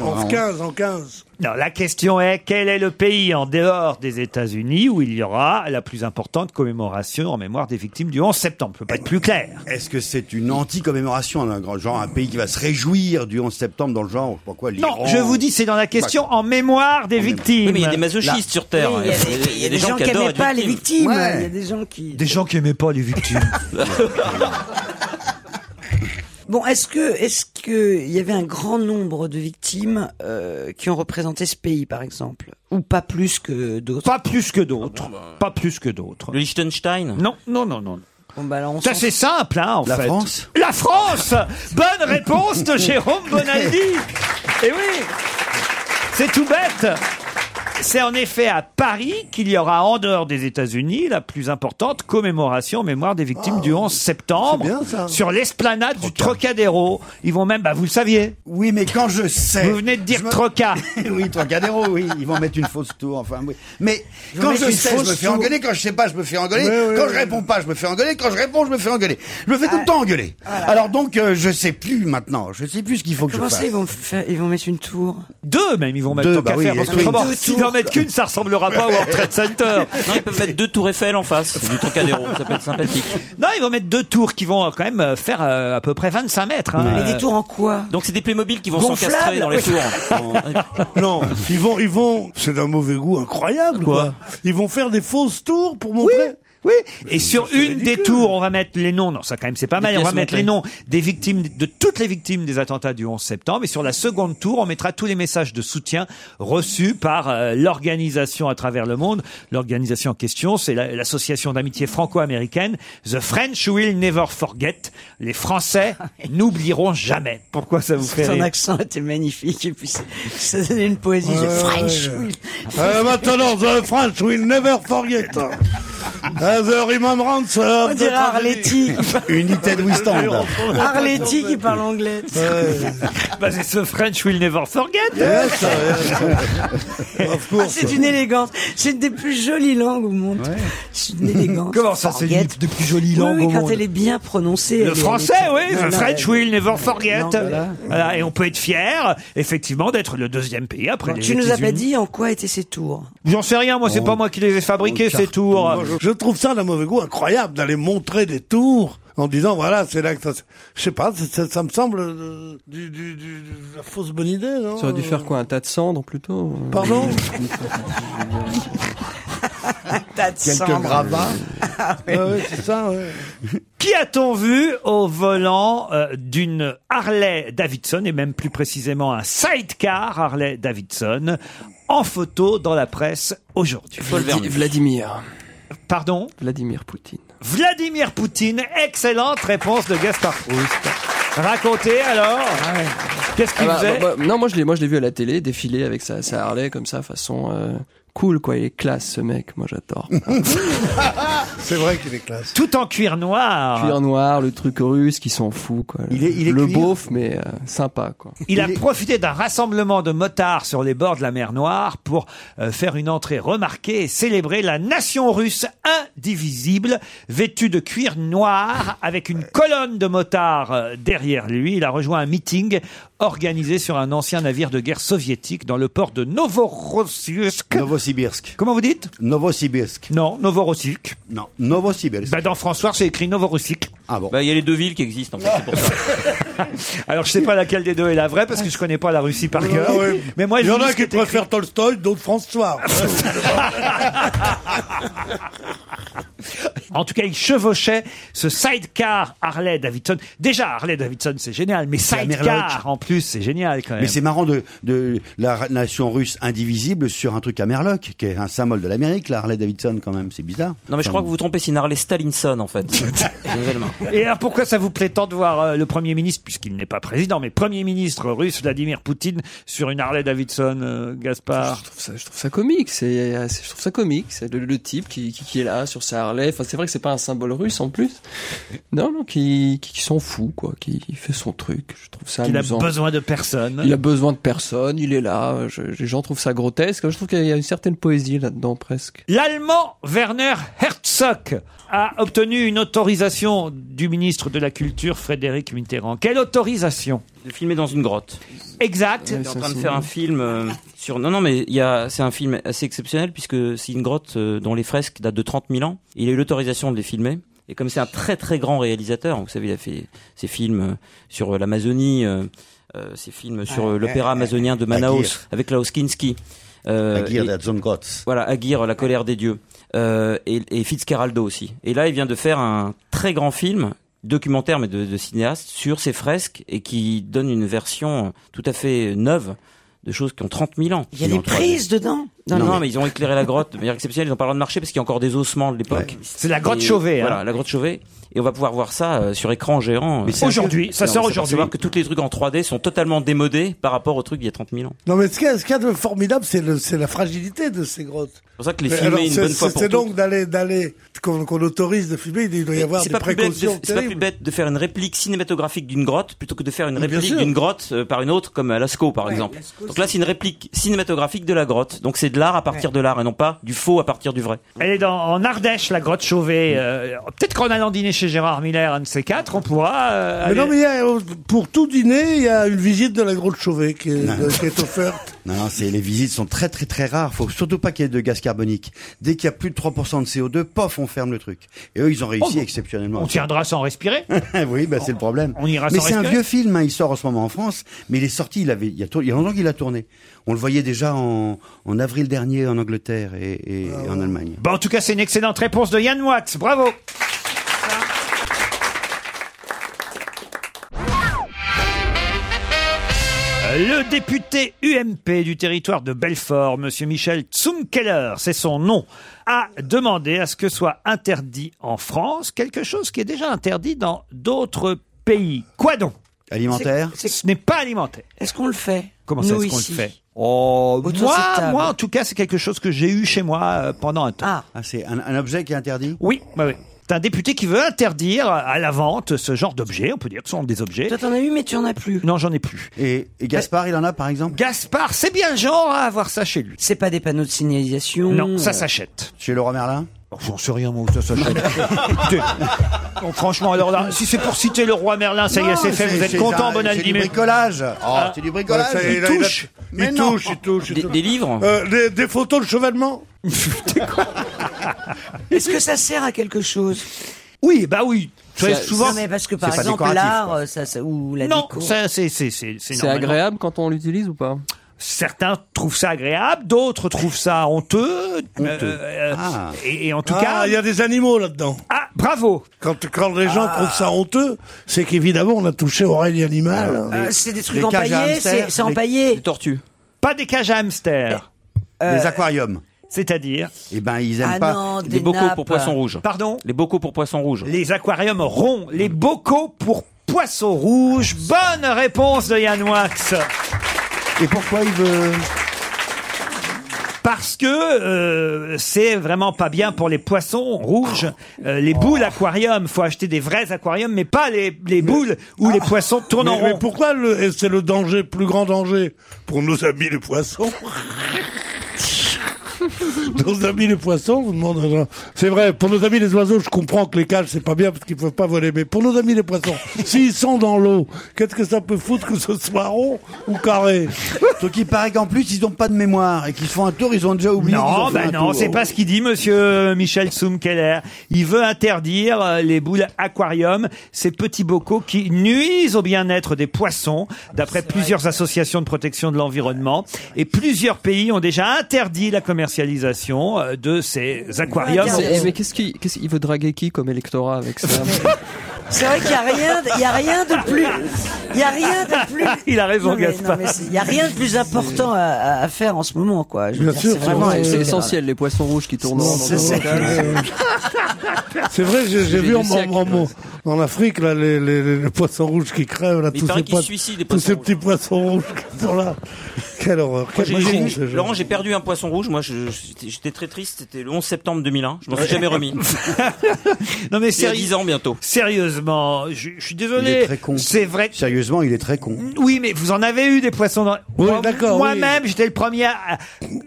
Speaker 3: Ah.
Speaker 8: en 15, en 15.
Speaker 3: Non, la question est quel est le pays en dehors des États-Unis où il y aura la plus importante commémoration en mémoire des victimes du 11 septembre Je peux pas être plus clair.
Speaker 13: Est-ce que c'est une anti-commémoration, un grand- genre un pays qui va se réjouir du 11 septembre dans le genre, je sais pas quoi, l'Iran Bah,
Speaker 3: Non, je vous dis c'est dans la question en mémoire des victimes.
Speaker 5: Bah, Oui, mais il y a des masochistes
Speaker 3: Là.
Speaker 5: sur Terre.
Speaker 4: Oui, il y a des- il y a des gens qui n'aimaient pas les victimes.
Speaker 3: Ah, Ouais.
Speaker 4: Il y a des gens qui.
Speaker 3: Des gens qui aimaient pas les victimes.
Speaker 4: Bon, est-ce que est-ce que il y avait un grand nombre de victimes euh, qui ont représenté ce pays, par exemple, ou pas plus que d'autres
Speaker 3: Pas plus que d'autres. Pas plus que d'autres.
Speaker 5: Le Liechtenstein
Speaker 3: Non, non, non, non.
Speaker 4: Bon, bah, alors, on
Speaker 3: Ça
Speaker 4: s'en-
Speaker 3: c'est simple, hein, en
Speaker 13: La
Speaker 3: fait.
Speaker 13: France
Speaker 3: La France Bonne réponse de Jérôme Bonaldi Eh oui C'est tout bête c'est en effet à Paris qu'il y aura en dehors des États-Unis la plus importante commémoration en mémoire des victimes
Speaker 13: Ah,
Speaker 3: du 11 septembre
Speaker 8: C'est bien, ça.
Speaker 3: sur l'esplanade du Trocadéro. Ils vont même, bah vous le saviez,
Speaker 13: Oui, mais quand je sais.
Speaker 3: vous venez de dire
Speaker 13: je me-
Speaker 3: Troca.
Speaker 13: oui, Trocadéro, oui, ils vont mettre une fausse tour, enfin oui. Mais
Speaker 4: Ils vont
Speaker 13: quand
Speaker 4: mettre
Speaker 13: je
Speaker 4: une
Speaker 13: sais, je
Speaker 4: fausse
Speaker 13: me fais
Speaker 4: tour.
Speaker 13: engueuler, quand je sais pas, je me fais engueuler, quand je réponds pas, je me fais engueuler, quand je réponds, je me fais engueuler. Je me fais tout
Speaker 3: Ah.
Speaker 13: le temps engueuler. Alors donc, euh, je sais plus maintenant, je sais plus ce qu'il faut que je
Speaker 4: Comment
Speaker 13: fasse.
Speaker 4: ça, ils vont faire, ils vont mettre une tour
Speaker 3: Deux même, ils vont mettre
Speaker 13: Deux,
Speaker 3: tant qu'à
Speaker 13: bah oui,
Speaker 3: faire, parce
Speaker 13: et
Speaker 3: que autrement,
Speaker 13: deux
Speaker 3: s'ils en mettent qu'une, ça ressemblera pas au World Trade Center.
Speaker 5: Non, ils peuvent mettre deux tours Eiffel en face du Trocadéro, ça peut être sympathique.
Speaker 3: Non, ils vont mettre deux tours qui vont euh, quand même euh, faire euh, à peu près 25 mètres. hein.
Speaker 4: Mais des tours en quoi
Speaker 5: Donc c'est des Playmobil qui vont
Speaker 4: Gonflables,
Speaker 5: s'encastrer dans les
Speaker 4: oui.
Speaker 5: tours.
Speaker 8: Non, ils vont, ils vont. C'est d'un mauvais goût incroyable, quoi. Ils vont faire des fausses tours pour montrer.
Speaker 3: Oui, et sur une des tours, on va mettre les noms. Non, ça quand même, c'est pas mal.
Speaker 5: Des
Speaker 3: On va
Speaker 5: pièces
Speaker 3: mettre les noms
Speaker 5: montées.
Speaker 3: des victimes, de toutes les victimes des attentats du 11 septembre. Et sur la seconde tour, on mettra tous les messages de soutien reçus par euh, l'organisation à travers le monde. L'organisation en question, c'est la- l'association d'amitié franco-américaine The French Will Never Forget. Les Français n'oublieront jamais. Pourquoi ça vous fait
Speaker 4: Ton
Speaker 3: rire
Speaker 4: accent était magnifique et puis c'est- ça donnait une poésie. de
Speaker 8: Ouais,
Speaker 4: French. bah,
Speaker 8: ouais. Euh, maintenant, the French will never forget. Euh, the remembrance of
Speaker 4: On dirait Arletty.
Speaker 13: Unité de Wistand.
Speaker 4: Arletty qui parle anglais.
Speaker 3: Bah, c'est ce French Will Never Forget.
Speaker 8: Yes, yes. Of
Speaker 4: Ah,
Speaker 8: course.
Speaker 4: c'est une élégance. C'est une des plus jolies langues au monde. C'est une élégance.
Speaker 3: Comment ça, c'est une
Speaker 4: Forget.
Speaker 3: des plus jolies
Speaker 4: Oui,
Speaker 3: langues
Speaker 4: oui,
Speaker 3: au
Speaker 4: quand
Speaker 3: monde
Speaker 4: elle est bien prononcée.
Speaker 3: Le
Speaker 4: elle est-
Speaker 3: français,
Speaker 4: elle est-
Speaker 3: oui,
Speaker 4: Non,
Speaker 3: the
Speaker 4: non,
Speaker 3: French
Speaker 4: elle-
Speaker 3: will never forget.
Speaker 4: Non, voilà.
Speaker 3: Voilà, et on peut être fier, effectivement, d'être le deuxième pays après les
Speaker 4: Tu nous as pas
Speaker 3: États-Unis.
Speaker 4: dit en quoi étaient ces tours.
Speaker 3: J'en sais rien, moi, c'est pas moi qui les ai fabriqués, ces tours.
Speaker 8: Oh, Moi, je- Je trouve ça d'un mauvais goût incroyable d'aller montrer des tours en disant voilà c'est là que ça. se- Je sais pas, c'est- ça, ça me semble euh, du, du, du- de la fausse bonne idée.
Speaker 3: hein.
Speaker 8: Non Euh,
Speaker 6: Ça aurait dû faire quoi Un tas de cendres plutôt euh.
Speaker 8: Pardon
Speaker 4: T'as de
Speaker 13: Quelques
Speaker 4: cendres.
Speaker 13: gravats.
Speaker 4: Ah
Speaker 8: Ouais, ouais, c'est ça. Ouais.
Speaker 3: Qui a-t-on vu au volant euh, d'une Harley Davidson, et même plus précisément un sidecar Harley Davidson, en photo dans la presse aujourd'hui
Speaker 6: Vladi- Vladimir.
Speaker 3: Pardon
Speaker 6: Vladimir Poutine.
Speaker 3: Vladimir Poutine, excellente réponse de Gaspard Proust. Racontez alors, qu'est-ce qu'il
Speaker 6: Ah bah,
Speaker 3: faisait
Speaker 6: bah, bah, non, moi je l'ai, moi je l'ai vu à la télé défiler avec sa, sa Harley comme ça, façon euh, cool, quoi. Il est classe, ce mec. Moi, j'adore. bah.
Speaker 8: C'est vrai qu'il est classe.
Speaker 3: Tout en cuir noir.
Speaker 6: Cuir noir, le truc russe, qui s'en fout, quoi.
Speaker 3: Il est- il est
Speaker 6: le
Speaker 3: cuir.
Speaker 6: beauf, mais euh, sympa, quoi.
Speaker 3: Il a profité d'un rassemblement de motards sur les bords de la mer Noire pour euh, faire une entrée remarquée et célébrer la nation russe indivisible, vêtue de cuir noir, avec une colonne de motards euh, derrière lui. Il a rejoint un meeting organisé sur un ancien navire de guerre soviétique dans le port de Novorossiysk. Novosibirsk. Comment vous dites Novosibirsk. Non, Novorossiysk. Non, Novosibirsk. Bah, dans François, c'est écrit Novorossiysk. Ah bon
Speaker 5: Bah, Il y a les deux villes qui existent, en fait, c'est pour ça.
Speaker 3: Alors je sais pas laquelle des deux est la vraie parce que je connais pas la Russie par cœur.
Speaker 8: Ah Ouais.
Speaker 3: Mais moi,
Speaker 8: il
Speaker 3: je
Speaker 8: y
Speaker 3: vous
Speaker 8: en
Speaker 3: dis
Speaker 8: a
Speaker 3: ce qui
Speaker 8: qui
Speaker 3: est écrit.
Speaker 8: préfèrent Tolstoy, d'autres François.
Speaker 3: En tout cas, il chevauchait ce sidecar Harley Davidson. Déjà Harley Davidson, c'est génial, mais sidecar
Speaker 13: Merlot.
Speaker 3: en plus, c'est génial quand même.
Speaker 13: Mais c'est marrant de, de la ra- nation russe indivisible sur un truc à Merloc, qui est un symbole de l'Amérique, la Harley Davidson quand même, c'est bizarre.
Speaker 5: Non, mais je crois que vous vous trompez, c'est une Harley Stalinson, en fait. Nouvellement.
Speaker 3: Et alors pourquoi ça vous plaît tant de voir euh, le Premier ministre, puisqu'il n'est pas président, mais Premier ministre russe Vladimir Poutine sur une Harley Davidson, euh, Gaspard
Speaker 6: trouve ça- je trouve ça comique. C'est, euh, c'est- je trouve ça comique. C'est le, le type qui, qui, qui est là sur sa Harley. Enfin, c'est vrai que c'est pas un symbole russe en plus. Non, non, qui, qui, qui s'en fout, quoi. Qui, qui fait son truc. Je trouve ça
Speaker 3: Qu'il a
Speaker 6: amusant.
Speaker 3: besoin de personne.
Speaker 6: Il a besoin de personne. Il est là. Je- les gens trouvent ça grotesque. Je trouve qu'il y a une certaine poésie là-dedans, presque.
Speaker 3: L'Allemand Werner Herzog a obtenu une autorisation du ministre de la Culture Frédéric Mitterrand. Quelle autorisation
Speaker 5: De filmer dans une grotte.
Speaker 3: Exact.
Speaker 5: Il est en train de faire un film euh, sur. Non, non, mais il y a... c'est un film assez exceptionnel puisque c'est une grotte euh, dont les fresques datent de 30 000 ans. Il a eu l'autorisation de les filmer. Et comme c'est un très très grand réalisateur, vous savez, il a fait ses films euh, sur euh, l'Amazonie, euh, euh, ses films sur euh, l'opéra amazonien de Manaus
Speaker 13: Aguirre.
Speaker 5: avec Klaus Kinski. Euh,
Speaker 13: Aguirre,
Speaker 5: et-
Speaker 13: la Zongotz.
Speaker 5: Voilà, Aguirre, la colère des dieux. Euh, et, et Fitzcarraldo aussi. Et là, il vient de faire un très grand film, documentaire, mais de, de cinéaste, sur ces fresques et qui donne une version tout à fait neuve de choses qui ont 30 000 ans.
Speaker 4: Il y a des prises dedans.
Speaker 5: Non,
Speaker 4: Dans
Speaker 5: non,
Speaker 4: les-
Speaker 5: mais ils ont éclairé la grotte de manière exceptionnelle. Ils n'ont pas le droit de marcher parce qu'il y a encore des ossements de l'époque.
Speaker 3: C'est la grotte
Speaker 5: Et
Speaker 3: Chauvet, hein.
Speaker 5: Voilà, la grotte Chauvet. Et on va pouvoir voir ça euh, sur écran géant.
Speaker 3: Mais c'est Aujourd'hui, ça sort aujourd'hui.
Speaker 5: On va que tous les trucs en 3D sont totalement démodés par rapport aux trucs d'il y a 30 000 ans.
Speaker 8: Non, mais ce qu'il y a, ce qu'il y a de formidable, c'est le- c'est la fragilité de ces grottes.
Speaker 5: C'est pour ça que les
Speaker 8: Mais
Speaker 5: filmer
Speaker 8: alors,
Speaker 5: une
Speaker 8: c'est-
Speaker 5: bonne fois
Speaker 8: c'est-
Speaker 5: pour
Speaker 8: C'est
Speaker 5: toutes.
Speaker 8: donc d'aller, d'aller, qu'on qu'on autorise de filmer, il doit y avoir
Speaker 5: C'est
Speaker 8: des
Speaker 5: pas, plus bête de-
Speaker 8: précautions
Speaker 5: c'est pas plus
Speaker 8: terribles.
Speaker 5: bête de faire une réplique cinématographique d'une grotte plutôt que de faire une
Speaker 8: Mais bien
Speaker 5: réplique
Speaker 8: sûr.
Speaker 5: d'une grotte euh, par une autre, comme à Lascaux par exemple. Donc là, c'est une réplique cinématographique de la grotte. Donc c'est de l'art à partir de l'art et non pas du faux à partir du vrai.
Speaker 3: Elle est dans, en Ardèche, la grotte Chauvet. Euh, Peut-être qu'en allant dîner chez Gérard Miller, un de ces quatre, on pourra. euh,
Speaker 8: Mais non,
Speaker 3: aller-
Speaker 8: mais il y a, euh, pour tout dîner, il y a une visite de la grotte Chauvet qui est, de- qui est offerte.
Speaker 13: Non, non, c'est les visites sont très très très rares. Faut surtout pas qu'il y ait de gaz carbonique. Dès qu'il y a plus de 3% de CO2, pof, on ferme le truc. Et eux, ils ont réussi
Speaker 3: Oh,
Speaker 13: exceptionnellement.
Speaker 3: On tiendra sans respirer.
Speaker 13: oui, bah, c'est le problème.
Speaker 3: On ira
Speaker 13: mais
Speaker 3: sans
Speaker 13: c'est un
Speaker 3: respirer.
Speaker 13: vieux film, hein, il sort en ce moment en France, mais il est sorti, il, avait, il, y, a tour- il y a longtemps qu'il a tourné. On le voyait déjà en, en avril dernier en Angleterre et, et-
Speaker 3: Ah
Speaker 13: et en Allemagne.
Speaker 3: Bon, en tout cas, c'est une excellente réponse de Yann Moix. Bravo. Le député UMP du territoire de Belfort, Monsieur Michel Tsumkeller, c'est son nom, a demandé à ce que soit interdit en France quelque chose qui est déjà interdit dans d'autres pays. Quoi donc
Speaker 13: Alimentaire
Speaker 3: Ce n'est pas alimentaire.
Speaker 4: Est-ce qu'on le fait
Speaker 3: Comment ça,
Speaker 4: Nous,
Speaker 3: est-ce qu'on le
Speaker 4: ici.
Speaker 3: fait Oh,
Speaker 4: Autour de
Speaker 3: moi,
Speaker 4: cette table.
Speaker 3: moi, en tout cas, c'est quelque chose que j'ai eu chez moi euh, pendant un temps. Ah,
Speaker 13: c'est un, objet qui est interdit
Speaker 3: Oui, bah oui, oui. C'est un député qui veut interdire à la vente ce genre d'objet. On peut dire que ce sont des objets. Toi,
Speaker 4: t'en as eu, mais tu en as plus.
Speaker 3: Non, j'en ai plus.
Speaker 13: Et, et Gaspard, il en a par exemple
Speaker 3: Ah, Gaspard, c'est bien le genre à avoir ça chez lui.
Speaker 4: C'est pas des panneaux de signalisation. euh.
Speaker 3: Non, ça s'achète.
Speaker 13: Chez Laurent Merlin
Speaker 3: J'en sais rien, moi, où ça s'achète. Écoutez, bon, franchement, alors là, si c'est pour citer le roi Merlin, ça y est, c'est fait. Vous êtes content,
Speaker 13: Bonaldi C'est du
Speaker 3: Bonaldi mais-
Speaker 13: bricolage. Oh,
Speaker 3: Ah.
Speaker 13: c'est du bricolage.
Speaker 8: Ouais, ça,
Speaker 13: il
Speaker 8: a- a-
Speaker 13: touche. Mais
Speaker 8: il
Speaker 13: non.
Speaker 8: touche, il touche, il touche.
Speaker 5: Des livres
Speaker 8: Euh, des, des photos de chevènement
Speaker 4: Est-ce que ça sert à quelque chose
Speaker 3: Oui,
Speaker 5: Ah
Speaker 3: bah oui. Tu vois, souvent-
Speaker 4: Non, mais parce que par
Speaker 3: C'est pas
Speaker 4: exemple,
Speaker 3: décoratif,
Speaker 4: l'art, euh, ça, ça- ou la
Speaker 3: Non,
Speaker 4: déco.
Speaker 3: ça, c'est, c'est, c'est,
Speaker 6: C'est agréable
Speaker 3: quand on l'utilise ou pas Certains trouvent ça agréable, d'autres trouvent ça honteux. euh,
Speaker 8: Ah.
Speaker 3: et, et en tout
Speaker 8: Ah,
Speaker 3: cas,
Speaker 8: il y a des animaux là-dedans.
Speaker 3: Ah, bravo Ah.
Speaker 8: Quand, quand les gens trouvent ça honteux, c'est qu'évidemment, on a touché oreille animale.
Speaker 4: Euh, c'est des trucs empaillés, Eh, c'est c'est empaillé.
Speaker 5: Des tortues.
Speaker 3: Pas des cages à hamsters.
Speaker 13: Des aquariums.
Speaker 3: Euh, C'est-à-dire
Speaker 13: Eh ben, ils aiment
Speaker 3: Ah
Speaker 13: pas.
Speaker 3: non, des Les bocaux nappes.
Speaker 5: Pour poisson rouge.
Speaker 3: Pardon
Speaker 5: Les bocaux pour poisson rouge.
Speaker 3: Les aquariums ronds, les bocaux pour poissons rouges. Bonne réponse de Yann Wax.
Speaker 13: Et pourquoi il veut
Speaker 3: parce que euh, c'est vraiment pas bien pour les poissons rouges. Euh, les boules aquarium, faut acheter des vrais aquariums, mais pas les, les boules où les poissons tournent en
Speaker 8: Mais, mais
Speaker 3: rond.
Speaker 8: pourquoi le- et c'est le danger, plus grand danger pour nos amis les poissons Nos amis les poissons, vous demandez. C'est vrai, pour nos amis les oiseaux, je comprends que les cages, c'est pas bien parce qu'ils peuvent pas voler. Mais pour nos amis les poissons, s'ils sont dans l'eau, qu'est-ce que ça peut foutre que ce soit rond ou carré
Speaker 13: Donc il paraît qu'en plus, ils n'ont pas de mémoire et qu'ils font un tour, ils ont déjà oublié. qu'ils ont
Speaker 3: Non,
Speaker 13: fait
Speaker 3: bah
Speaker 13: un
Speaker 3: non,
Speaker 13: tour.
Speaker 3: c'est pas ce qu'il dit, monsieur euh, Michel Soumkeller. Il veut interdire euh, les boules aquarium, ces petits bocaux qui nuisent au bien-être des poissons, d'après plusieurs associations de protection de l'environnement. Et plusieurs pays ont déjà interdit la commercialisation euh, de ces
Speaker 4: Ah,
Speaker 3: aquariums.
Speaker 6: C'est- eh, mais qu'est-ce qu'il qu'est-ce qu'il veut draguer qui comme électorat avec ça
Speaker 4: C'est vrai qu'il n'y a rien, de- il y a rien de plus, il y a rien de plus.
Speaker 3: Il a raison,
Speaker 4: Non, mais- non,
Speaker 3: Gaspard.
Speaker 4: mais c'est- Il y a rien de plus important à, à- à faire en ce moment, quoi. Je veux
Speaker 6: Bien
Speaker 4: dire,
Speaker 6: sûr,
Speaker 4: c'est
Speaker 6: c'est
Speaker 4: vraiment
Speaker 6: vrai, c'est essentiel, les poissons rouges qui tournent en rond dans le bocal.
Speaker 8: C'est vrai, j'ai j'ai vu en, en- en- en- en Afrique là, les, les- les- les poissons rouges qui crèvent, là,
Speaker 5: Mais il
Speaker 8: tous,
Speaker 5: paraît
Speaker 8: ces,
Speaker 5: qu'ils
Speaker 8: poissons-
Speaker 5: suicident les
Speaker 8: tous
Speaker 5: poissons
Speaker 8: ces
Speaker 5: rouges.
Speaker 8: petits poissons rouges qui sont là. Quelle horreur,
Speaker 5: Moi,
Speaker 8: quel
Speaker 5: j'ai-
Speaker 8: con,
Speaker 5: j'ai-
Speaker 8: ces gens.
Speaker 5: Laurent, j'ai perdu un poisson rouge. Moi, je- j'étais j'étais très triste. C'était le 11 septembre 2001. Je m'en suis
Speaker 3: Ouais.
Speaker 5: jamais remis.
Speaker 3: non mais
Speaker 5: Il y a
Speaker 3: sérieux-
Speaker 5: 10 ans bientôt.
Speaker 3: Sérieusement, je, je suis
Speaker 13: Il est
Speaker 3: désolé.
Speaker 13: très con.
Speaker 3: C'est vrai.
Speaker 13: Sérieusement, il est très con.
Speaker 3: Oui, mais vous en avez eu des poissons dans. Moi-
Speaker 13: d'accord, oui.
Speaker 3: Moi-même, j'étais le premier. à-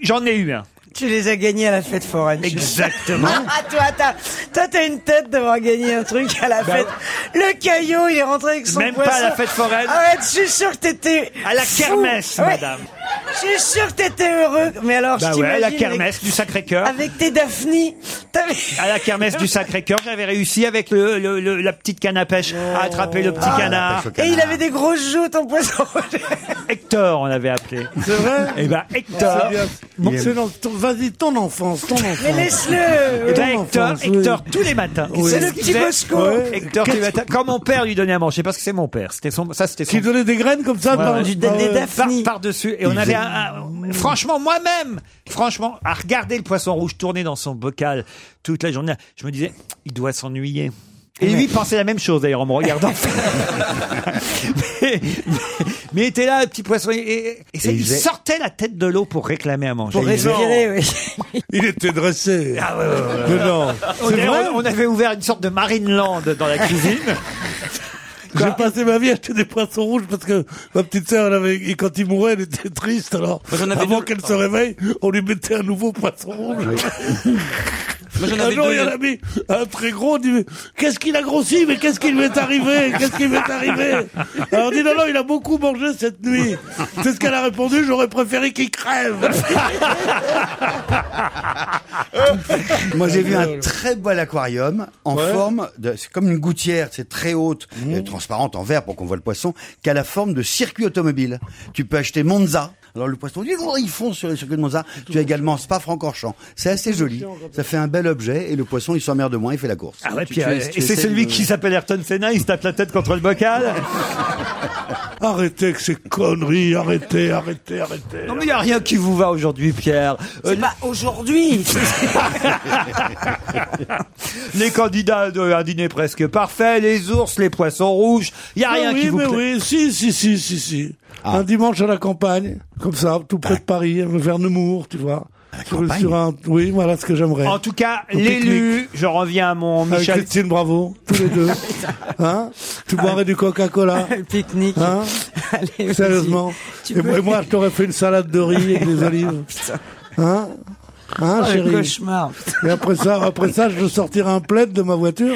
Speaker 3: J'en ai eu un.
Speaker 4: Tu les as gagnés à la fête foraine.
Speaker 3: Exactement.
Speaker 4: Ah, toi, t'as, toi, t'as une tête d'avoir gagné un truc à la
Speaker 3: Bah
Speaker 4: fête. Le caillot, il est rentré avec son
Speaker 3: Même pas
Speaker 4: poisson.
Speaker 3: à la fête foraine.
Speaker 4: Arrête, je suis sûr que t'étais.
Speaker 3: À la
Speaker 4: fou.
Speaker 3: kermesse,
Speaker 4: Ouais.
Speaker 3: madame.
Speaker 4: Je suis sûr que t'étais heureux. Mais alors,
Speaker 3: Bah
Speaker 4: je
Speaker 3: ouais, à
Speaker 4: t'imagine
Speaker 3: la
Speaker 4: avec-
Speaker 3: kermesse du Sacré-Cœur.
Speaker 4: Avec tes Daphne, t'avais.
Speaker 3: À la kermesse du Sacré-Cœur, j'avais réussi avec le, le- le- la petite canne à pêche à attraper le petit
Speaker 4: Ah,
Speaker 3: canard.
Speaker 4: Et il avait des grosses joues, ton poisson.
Speaker 3: Hector, on l'avait appelé.
Speaker 8: C'est vrai
Speaker 3: Eh ben
Speaker 5: Ah.
Speaker 3: Hector.
Speaker 8: C'est bien.
Speaker 3: Bon,
Speaker 8: Bon, c'est dans ton- Vas-y, ton enfance, ton enfance.
Speaker 4: Mais laisse-le.
Speaker 3: Eh ben,
Speaker 8: Ton
Speaker 3: Hector,
Speaker 8: enfance, Euh, oui.
Speaker 3: Hector tous les matins.
Speaker 8: Oui. C'est le petit
Speaker 3: Faisait-
Speaker 8: Bosco.
Speaker 3: Ouais. Hector tous les
Speaker 8: Qu'est-ce-
Speaker 3: matins. Quand mon père lui donnait à manger, parce que c'est mon père, c'était son, ça c'était son.
Speaker 8: Qui donnait des graines comme ça
Speaker 3: Ouais,
Speaker 8: par-
Speaker 3: ouais.
Speaker 8: Du- des- des
Speaker 3: Par-
Speaker 8: Daphnis.
Speaker 3: par dessus. Et
Speaker 8: Il
Speaker 3: on avait
Speaker 8: faisait-
Speaker 3: un- un- franchement moi-même, franchement, à regarder le poisson rouge tourner dans son bocal toute la journée, je me disais, il doit s'ennuyer. Et lui pensait la même chose d'ailleurs en me regardant. mais, mais- mais il était là, le petit poisson, et, et- et c'est-
Speaker 8: Et il
Speaker 3: il,
Speaker 8: faisait-
Speaker 3: sortait la tête de l'eau pour réclamer à manger.
Speaker 8: Pour
Speaker 3: Il faisait-
Speaker 8: respirer, Il était dressé.
Speaker 3: Ah ouais, ouais, ouais.
Speaker 8: Mais non.
Speaker 3: On,
Speaker 8: C'est
Speaker 3: est-
Speaker 8: vrai
Speaker 3: on- on avait ouvert une sorte de Marineland dans la cuisine.
Speaker 8: J'ai passé ma vie à acheter des poissons rouges parce que ma petite sœur, elle avait, et quand il mourait, elle était triste. Alors,
Speaker 5: Moi, j'en avais
Speaker 8: avant
Speaker 5: deux.
Speaker 8: qu'elle se réveille, on lui mettait un nouveau poisson rouge.
Speaker 5: Moi, j'en
Speaker 8: un
Speaker 5: avais
Speaker 8: jour,
Speaker 5: deux,
Speaker 8: il y en a mis un très gros. On dit, mais qu'est-ce qu'il a grossi Mais qu'est-ce qui lui est arrivé Qu'est-ce qui lui est arrivé Alors, on dit, non, non, il a beaucoup mangé cette nuit. C'est ce qu'elle a répondu, j'aurais préféré qu'il crève.
Speaker 13: Moi, j'ai vu un très bel aquarium en forme de, c'est comme une gouttière, c'est très haute, et transparente en verre pour qu'on voit le poisson, qui a la forme de circuit automobile. Tu peux acheter Monza. Alors le poisson, oh, ils font sur le circuit de Monza. Tu as également Spa-Francorchamps. C'est assez joli. Ça fait un bel objet et le poisson, il s'emmerde moins, il fait la course.
Speaker 3: Ah ouais,
Speaker 13: Tu-
Speaker 3: puis,
Speaker 13: tu
Speaker 3: euh,
Speaker 13: es- tu
Speaker 3: et c'est
Speaker 13: essaies
Speaker 3: celui
Speaker 13: de-
Speaker 3: qui s'appelle Ayrton Senna, il se tape la tête contre le bocal.
Speaker 8: Arrêtez avec ces conneries, arrêtez, arrêtez, arrêtez.
Speaker 3: Non mais il n'y a rien qui vous va aujourd'hui, Pierre. Euh,
Speaker 4: aujourd'hui.
Speaker 3: les candidats de un dîner presque parfait, les ours, les poissons rouges, il n'y a
Speaker 8: Mais
Speaker 3: rien
Speaker 8: oui,
Speaker 3: qui vous
Speaker 8: mais
Speaker 3: plaît.
Speaker 8: oui, si, si, si, si, si. Un dimanche à la campagne, comme ça, tout près de Paris, vers Nemours, tu vois. Sur,
Speaker 3: campagne
Speaker 8: sur un, oui, voilà ce que j'aimerais.
Speaker 3: En tout cas,
Speaker 8: Au
Speaker 3: l'élu, je reviens à mon
Speaker 8: Avec
Speaker 3: Michel.
Speaker 8: Christine Bravo, tous les deux. hein tu boirais du Coca-Cola.
Speaker 4: Pique-nique.
Speaker 8: Hein Sérieusement.
Speaker 4: Tu
Speaker 8: Et,
Speaker 4: peux-
Speaker 8: moi, et moi, je t'aurais fait une salade de riz avec des olives. Hein Hein,
Speaker 4: Oh, le
Speaker 8: chérie
Speaker 4: cauchemar.
Speaker 8: Et après ça, après ça, je sortirai un plaid de ma voiture.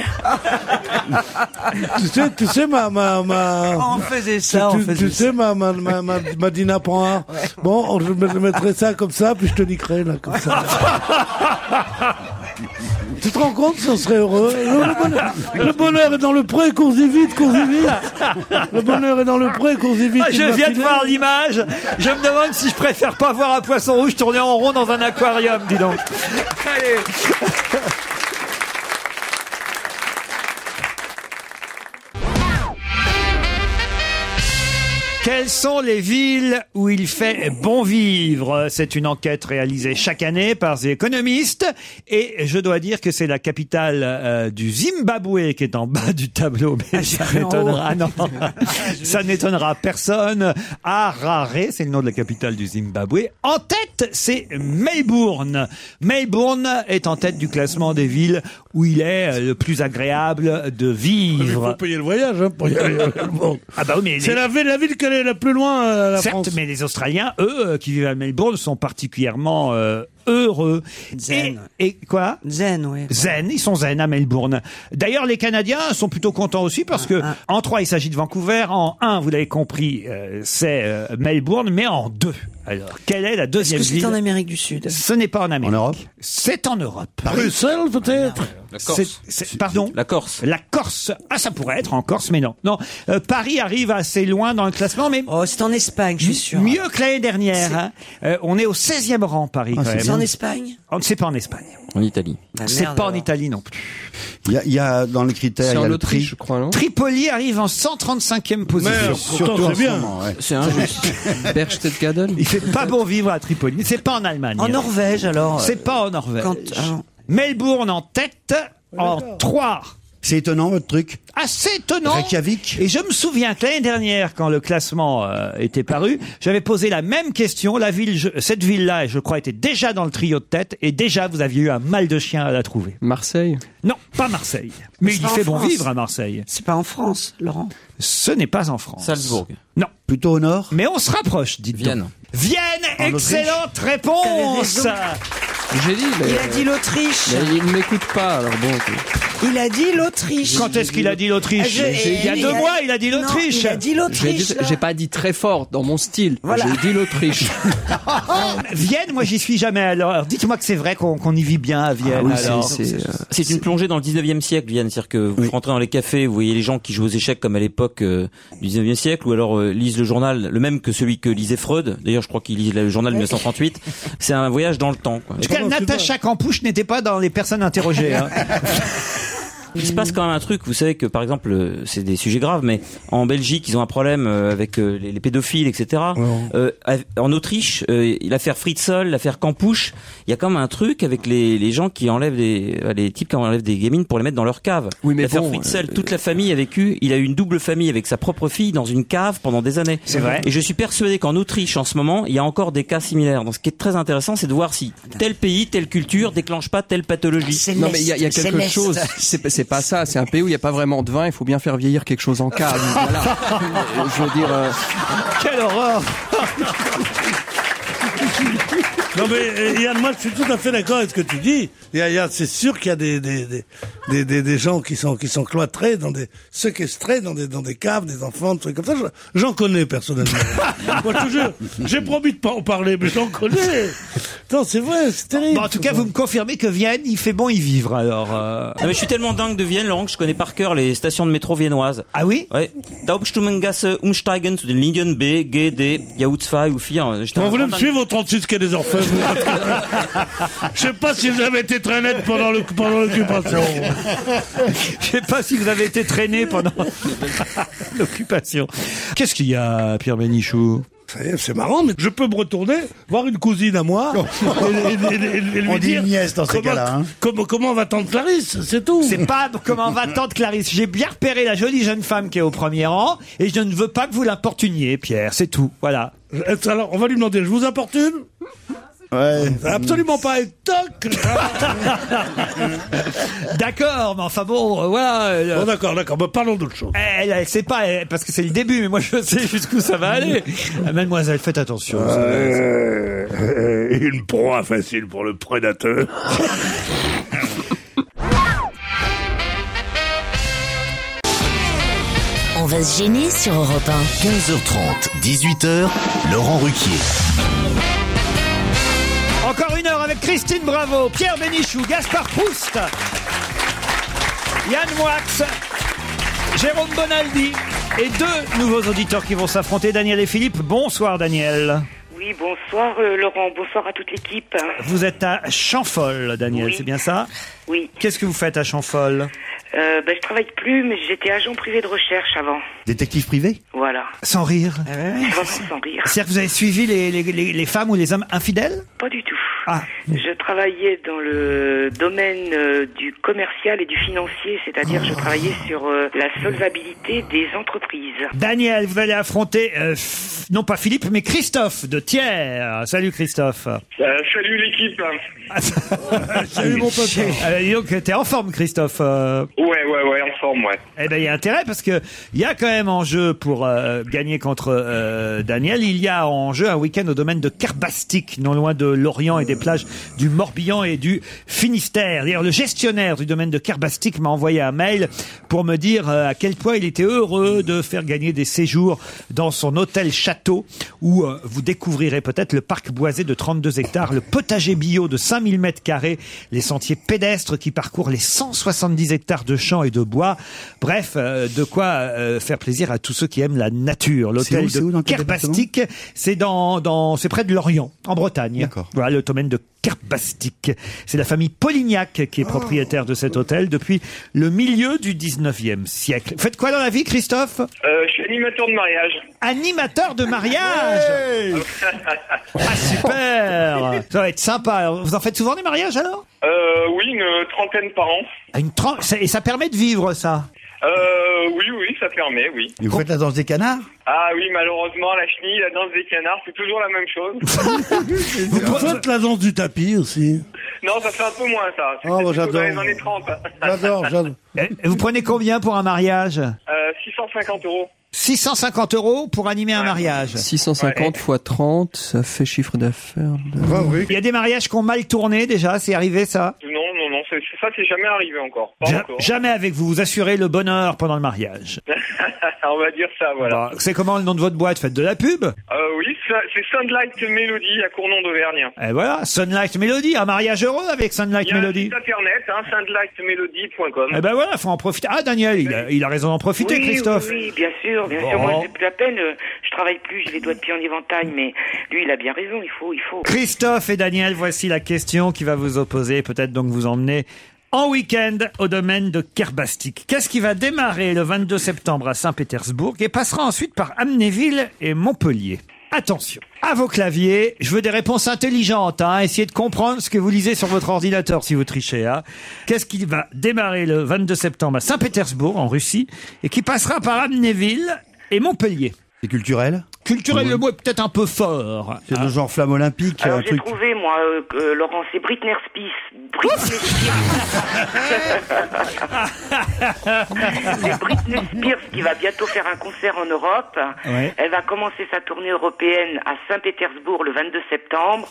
Speaker 8: tu sais, tu sais, ma, ma, ma...
Speaker 4: On faisait ça,
Speaker 8: tu,
Speaker 4: on
Speaker 8: tu-
Speaker 4: faisait
Speaker 8: tu
Speaker 4: ça.
Speaker 8: sais, ma, ma, ma, ma, ma Dina prend un. Bon, on- je me- je mettrai ça comme ça, puis je te niquerai, là, comme ça. tu te rends compte si on serait heureux le, le bonheur, le bonheur est dans le pré, cours-y vite, cours-y vite. Le bonheur est dans le pré, cours-y vite.
Speaker 3: Ah,
Speaker 8: une
Speaker 3: je viens de
Speaker 8: matinée.
Speaker 3: voir l'image. Je me demande si je préfère pas voir un poisson rouge tourner en rond dans un aquarium, dis donc. Allez. Quel Quelles sont les villes où il fait bon vivre C'est une enquête réalisée chaque année par The Economist. Et je dois dire que c'est la capitale euh, du Zimbabwe qui est en bas du tableau. Mais ça
Speaker 14: cru en haut.
Speaker 3: n'étonnera ah non. ça n'étonnera personne. Harare, c'est le nom de la capitale du Zimbabwe. En tête, c'est Melbourne. Melbourne est en tête du classement des villes où il est euh, le plus agréable de
Speaker 8: Il faut
Speaker 3: vivre.
Speaker 8: payer le voyage hein, pour y aller. Bon.
Speaker 3: Ah bah oui, mais
Speaker 8: C'est
Speaker 3: les-
Speaker 8: la ville, la ville qui est la plus loin, euh, la
Speaker 3: Certes,
Speaker 8: France.
Speaker 3: mais les Australiens, eux, euh, qui vivent à Melbourne, sont particulièrement euh, heureux. Zen. Et, et quoi Zen, oui. Zen, ils sont zen à Melbourne. D'ailleurs, les Canadiens sont plutôt contents aussi parce que
Speaker 4: Ah,
Speaker 3: en 3, il s'agit de Vancouver. En 1, vous l'avez compris, euh, c'est euh, Melbourne, mais en 2. Alors, quelle est la deuxième
Speaker 4: Est-ce que c'est
Speaker 3: ville
Speaker 4: en Amérique du Sud
Speaker 3: Ce n'est pas en Amérique. En Europe C'est en Europe.
Speaker 8: Bruxelles, peut-être
Speaker 3: La Corse. pardon La Corse. La Corse. Ah, ça pourrait être en Corse, mais non. Non, Euh, Paris arrive assez loin dans le classement, mais... Oh, c'est en Espagne, je suis sûr. Mieux que l'année dernière. hein. Euh, on est au 16e rang,
Speaker 13: Ah,
Speaker 3: Paris, quand même.
Speaker 4: C'est en Espagne
Speaker 3: Oh, C'est pas en Espagne. Ah,
Speaker 5: En Italie.
Speaker 3: C'est pas en Italie non plus.
Speaker 13: Il y a, il y a dans les critères, il y a le prix. je
Speaker 6: crois,
Speaker 3: Tripoli arrive en 135e position.
Speaker 13: Merde, Surtout pourtant, en c'est ce bien. moment, ouais. C'est injuste.
Speaker 6: Berchtesgaden.
Speaker 3: Il fait pas bon vivre à Tripoli. C'est pas en Allemagne.
Speaker 4: En Norvège, alors,
Speaker 3: C'est
Speaker 4: euh,
Speaker 3: pas en Norvège.
Speaker 4: quand-
Speaker 3: Melbourne en tête, en 3.
Speaker 13: Oh, C'est étonnant votre truc.
Speaker 3: Assez étonnant. Et je me souviens que l'année dernière, quand le classement euh, était paru, j'avais posé la même question. La ville, je- cette ville-là, je crois, était déjà dans le trio de tête et déjà vous aviez eu un mal de chien à la trouver.
Speaker 6: Marseille
Speaker 3: Non, pas Marseille. Mais
Speaker 4: C'est
Speaker 3: il y
Speaker 4: pas en
Speaker 3: fait bon
Speaker 4: France.
Speaker 3: vivre à Marseille.
Speaker 4: C'est pas en France, Laurent.
Speaker 3: Ce n'est pas en France.
Speaker 5: Salzbourg.
Speaker 3: Non.
Speaker 13: Plutôt au nord.
Speaker 3: Mais on se rapproche, dites Vienne. Vienne,
Speaker 5: En Autriche.
Speaker 3: excellente réponse.
Speaker 4: T'avais raison.
Speaker 6: J'ai dit, mais-
Speaker 4: Il a dit l'Autriche.
Speaker 6: Mais il ne m'écoute pas, alors bon.
Speaker 4: Il a dit l'Autriche.
Speaker 3: Quand est-ce qu'il a dit l'Autriche
Speaker 4: Ah, je-
Speaker 3: Il y a
Speaker 4: eh,
Speaker 3: deux
Speaker 4: eh,
Speaker 3: mois, il a dit
Speaker 4: non,
Speaker 3: l'Autriche.
Speaker 4: Il a dit
Speaker 6: J'ai
Speaker 4: l'Autriche.
Speaker 6: dit- j'ai pas dit très fort dans mon style. J'ai dit l'Autriche.
Speaker 3: Vienne, moi j'y suis jamais. Alors dites-moi que c'est vrai qu'on qu'on y vit bien à Vienne. alors.
Speaker 5: Ah C'est une plongée dans le 19e siècle, Vienne. C'est-à-dire que vous rentrez dans les cafés, vous voyez les gens qui jouent aux échecs comme à l'époque euh, du 19e siècle, ou alors euh, lisent le journal, le même que celui que lisait Freud. D'ailleurs, je crois qu'il lisait le journal de 1938. C'est un voyage dans le temps. Quoi.
Speaker 3: En tout cas, Natacha Campouche n'était pas dans les personnes interrogées. hein.
Speaker 5: Il se
Speaker 3: Mm.
Speaker 5: passe quand même un truc, vous savez que par exemple, euh, c'est des sujets graves, mais en Belgique, ils ont un problème euh, avec euh, les, les pédophiles, etc. Euh, av- en Autriche, euh, l'affaire Fritzl, l'affaire Campouche, il y a quand même un truc avec les, les gens qui enlèvent des, euh, les types qui enlèvent des gamines pour les mettre dans leur cave.
Speaker 6: mais
Speaker 5: l'affaire
Speaker 6: bon, euh,
Speaker 5: Fritzl, toute la famille a vécu, il a eu une double famille avec sa propre fille dans une cave pendant des années.
Speaker 3: C'est vrai.
Speaker 5: Et je suis persuadé qu'en Autriche, en ce moment, il y a encore des cas similaires. Donc ce qui est très intéressant, c'est de voir si tel pays, telle culture déclenche pas telle
Speaker 3: Ah,
Speaker 5: pathologie.
Speaker 6: Non, mais il y, a- il y a quelque chose. C'est c'est pas ça. C'est un pays où il n'y a pas vraiment de vin. Il faut bien faire vieillir quelque chose en cave. Voilà. Euh, Je veux dire. euh,
Speaker 3: Quelle horreur
Speaker 8: Non mais euh, Yann, moi je suis tout à fait d'accord avec ce que tu dis. Il y a- il y a- c'est sûr qu'il y a des des, des, des- des- des gens qui sont qui sont cloîtrés dans des séquestrés dans des dans des caves, des enfants, des trucs comme ça. Je- J'en connais personnellement. moi je te jure, j'ai promis de pas en parler, mais j'en connais. Non, c'est vrai, c'est terrible.
Speaker 3: Bon, en tout cas, vous me confirmez que Vienne, il fait bon y vivre alors. euh.
Speaker 5: Non, mais je suis tellement dingue de Vienne, Laurent, que je connais par cœur les stations de métro viennoises.
Speaker 3: Ah oui
Speaker 5: Ouais. Da Hauptstummengasse umsteigen zu den Linien B, G, D, Jahrhut 2 ou 4. J'étais
Speaker 8: Bon,
Speaker 5: un
Speaker 8: vous voulez
Speaker 5: grand
Speaker 8: me
Speaker 5: dingue.
Speaker 8: suivre au 36 quai des Orfèvres Je sais pas si vous avez été très net pendant le pendant l'occupation.
Speaker 3: Je sais pas si vous avez été traîné pendant l'occupation. Qu'est-ce qu'il y a, Pierre Bénichou
Speaker 8: Ça y est, C'est marrant, mais je peux me retourner, voir une cousine à moi, et, et- et- et- et lui
Speaker 13: On dit
Speaker 8: dire
Speaker 13: une nièce dans ces
Speaker 8: comment-
Speaker 13: cas-là, hein.
Speaker 8: Comment, comment va tante Clarisse C'est tout.
Speaker 3: C'est pas comment va tante Clarisse. J'ai bien repéré la jolie jeune femme qui est au premier rang et je ne veux pas que vous l'importuniez, Pierre. C'est tout. Voilà.
Speaker 8: Alors, on va lui demander, je vous apporte une
Speaker 13: Ouais.
Speaker 8: Absolument pas, et toc
Speaker 3: D'accord, mais enfin bon, euh, voilà. euh, Eh,
Speaker 8: Bon, d'accord, d'accord, bah, parlons d'autre chose.
Speaker 3: Elle, elle sait pas, elle- parce que c'est le début, mais moi je sais jusqu'où ça va aller. Euh, Mademoiselle, faites attention.
Speaker 8: Euh, une proie facile pour le prédateur.
Speaker 1: On va se gêner sur Europe 1.
Speaker 2: 15h30, 18h, Laurent Ruquier.
Speaker 3: Encore une heure avec Christine Bravo, Pierre Bénichou, Gaspard Proust, Yann Moix, Jérôme Bonaldi et deux nouveaux auditeurs qui vont s'affronter, Daniel et Philippe. Bonsoir Daniel.
Speaker 15: Oui, bonsoir euh, Laurent, bonsoir à toute l'équipe.
Speaker 3: Vous êtes à Champhol, Daniel, c'est bien ça
Speaker 15: Oui.
Speaker 3: Qu'est-ce que vous faites à Champhol
Speaker 15: Euh, ben, je travaille plus, mais j'étais agent privé de recherche avant.
Speaker 3: Détective privé
Speaker 15: Voilà.
Speaker 3: Sans rire.
Speaker 15: Ah Vraiment sans rire.
Speaker 3: C'est-à-dire que vous avez suivi les, les- les- les femmes ou les hommes infidèles
Speaker 15: Pas du tout.
Speaker 3: Ah.
Speaker 15: Je travaillais dans le domaine euh, du commercial et du financier, c'est-à-dire je travaillais sur euh, la solvabilité des entreprises.
Speaker 3: Daniel, vous allez affronter, euh, F- non pas Philippe, mais Christophe de Thiers. Salut Christophe.
Speaker 9: Euh, salut l'équipe.
Speaker 3: Salut mon pote. Euh, donc, t'es en forme Christophe. euh.
Speaker 9: Ouais, ouais, ouais, en forme, ouais.
Speaker 3: Eh ben, il y a intérêt parce que il y a quand même en jeu pour euh, gagner contre euh, Daniel. Il y a en jeu un week-end au domaine de Carbastic, non loin de Lorient et des plages du Morbihan et du Finistère. D'ailleurs, le gestionnaire du domaine de Carbastic m'a envoyé un mail pour me dire euh, à quel point il était heureux de faire gagner des séjours dans son hôtel château où euh, vous découvrirez peut-être le parc boisé de 32 hectares, le potager bio de 5000 mètres carrés, les sentiers pédestres qui parcourent les 170 hectares de champs et de bois. Bref, euh, de quoi euh, faire plaisir à tous ceux qui aiment la nature. L'hôtel
Speaker 13: où, c'est où,
Speaker 3: de
Speaker 13: dans quel
Speaker 3: Kerbastik, c'est dans, dans c'est près de Lorient, en Bretagne. Voilà le domaine de Kerbastik. C'est la famille Polignac
Speaker 8: Oh.
Speaker 3: qui est propriétaire de cet hôtel depuis le milieu du 19e siècle. Faites quoi dans la vie, Christophe
Speaker 9: Euh, je suis animateur de mariage.
Speaker 3: Animateur de mariage Ah super Ça va être sympa. Vous en faites souvent des mariages alors
Speaker 9: Euh, oui, une trentaine par an.
Speaker 3: Ah, une tran- ça- Et ça permet de vivre ça
Speaker 9: Euh, oui, oui, ça permet, oui.
Speaker 13: Et vous faites la danse des canards
Speaker 9: Ah oui, malheureusement, la chenille, la danse des canards, c'est toujours la même chose.
Speaker 8: Vous faites la danse du tapis aussi.
Speaker 9: non, ça fait un peu moins, ça. C'est
Speaker 8: Oh, moi,
Speaker 9: plutôt
Speaker 8: j'adore.
Speaker 9: dans les années 30.
Speaker 8: J'adore, j'adore.
Speaker 3: Et Euh, Vous prenez combien pour un mariage
Speaker 9: Euh, 650 euros.
Speaker 3: 650 euros pour animer un mariage.
Speaker 6: 650 x 30, ça fait chiffre d'affaires. de-
Speaker 3: Il y a des mariages qui ont mal tourné déjà, c'est arrivé ça
Speaker 9: Non, non, non, c'est- c'est- ça, c'est jamais arrivé encore. Pas
Speaker 3: Ja-
Speaker 9: encore.
Speaker 3: Jamais avec vous, vous assurez le bonheur pendant le mariage. Bah,
Speaker 9: On va dire ça, voilà.
Speaker 8: Bah,
Speaker 3: C'est comment le nom de votre boîte Faites de la pub
Speaker 9: Euh, oui, ça- c'est Sunlight Melody à Cournon d'Auvergne.
Speaker 3: Et voilà, Sunlight Melody, un mariage heureux avec Sunlight
Speaker 9: Il y a un
Speaker 3: Melody.
Speaker 9: site internet, hein, sunlightmelody.com.
Speaker 3: Eh ben voilà, faut en profiter. Ah Daniel, il a, il a raison d'en profiter,
Speaker 15: oui,
Speaker 3: Christophe.
Speaker 15: Oui, oui, bien sûr, bien
Speaker 3: Bon.
Speaker 15: sûr. Moi, j'ai plus la peine. euh, Je travaille plus, j'ai les doigts de pied en éventail, mais lui, il a bien raison. Il faut, il faut.
Speaker 3: Christophe et Daniel, voici la question qui va vous opposer, peut-être donc vous emmener en week-end au domaine de Kerbastik. Qu'est-ce qui va démarrer le 22 septembre à Saint-Pétersbourg et passera ensuite par Amnéville et Montpellier Attention, à vos claviers, je veux des réponses intelligentes. Hein. Essayez de comprendre ce que vous lisez sur votre ordinateur si vous trichez. Hein. Qu'est-ce qui va démarrer le 22 septembre à Saint-Pétersbourg, en Russie, et qui passera par Amnéville et Montpellier
Speaker 13: C'est culturel
Speaker 3: Culturel,
Speaker 13: Oui.
Speaker 3: le mot est peut-être un peu fort.
Speaker 13: C'est le genre flamme olympique,
Speaker 15: Alors
Speaker 13: un
Speaker 15: j'ai
Speaker 13: truc.
Speaker 15: trouvé moi, euh, que, euh, Laurent, c'est Britney Spears. Britney Spears. c'est Britney Spears qui va bientôt faire un concert en Europe.
Speaker 14: Ouais.
Speaker 15: Elle va commencer sa tournée européenne à Saint-Pétersbourg le 22 septembre,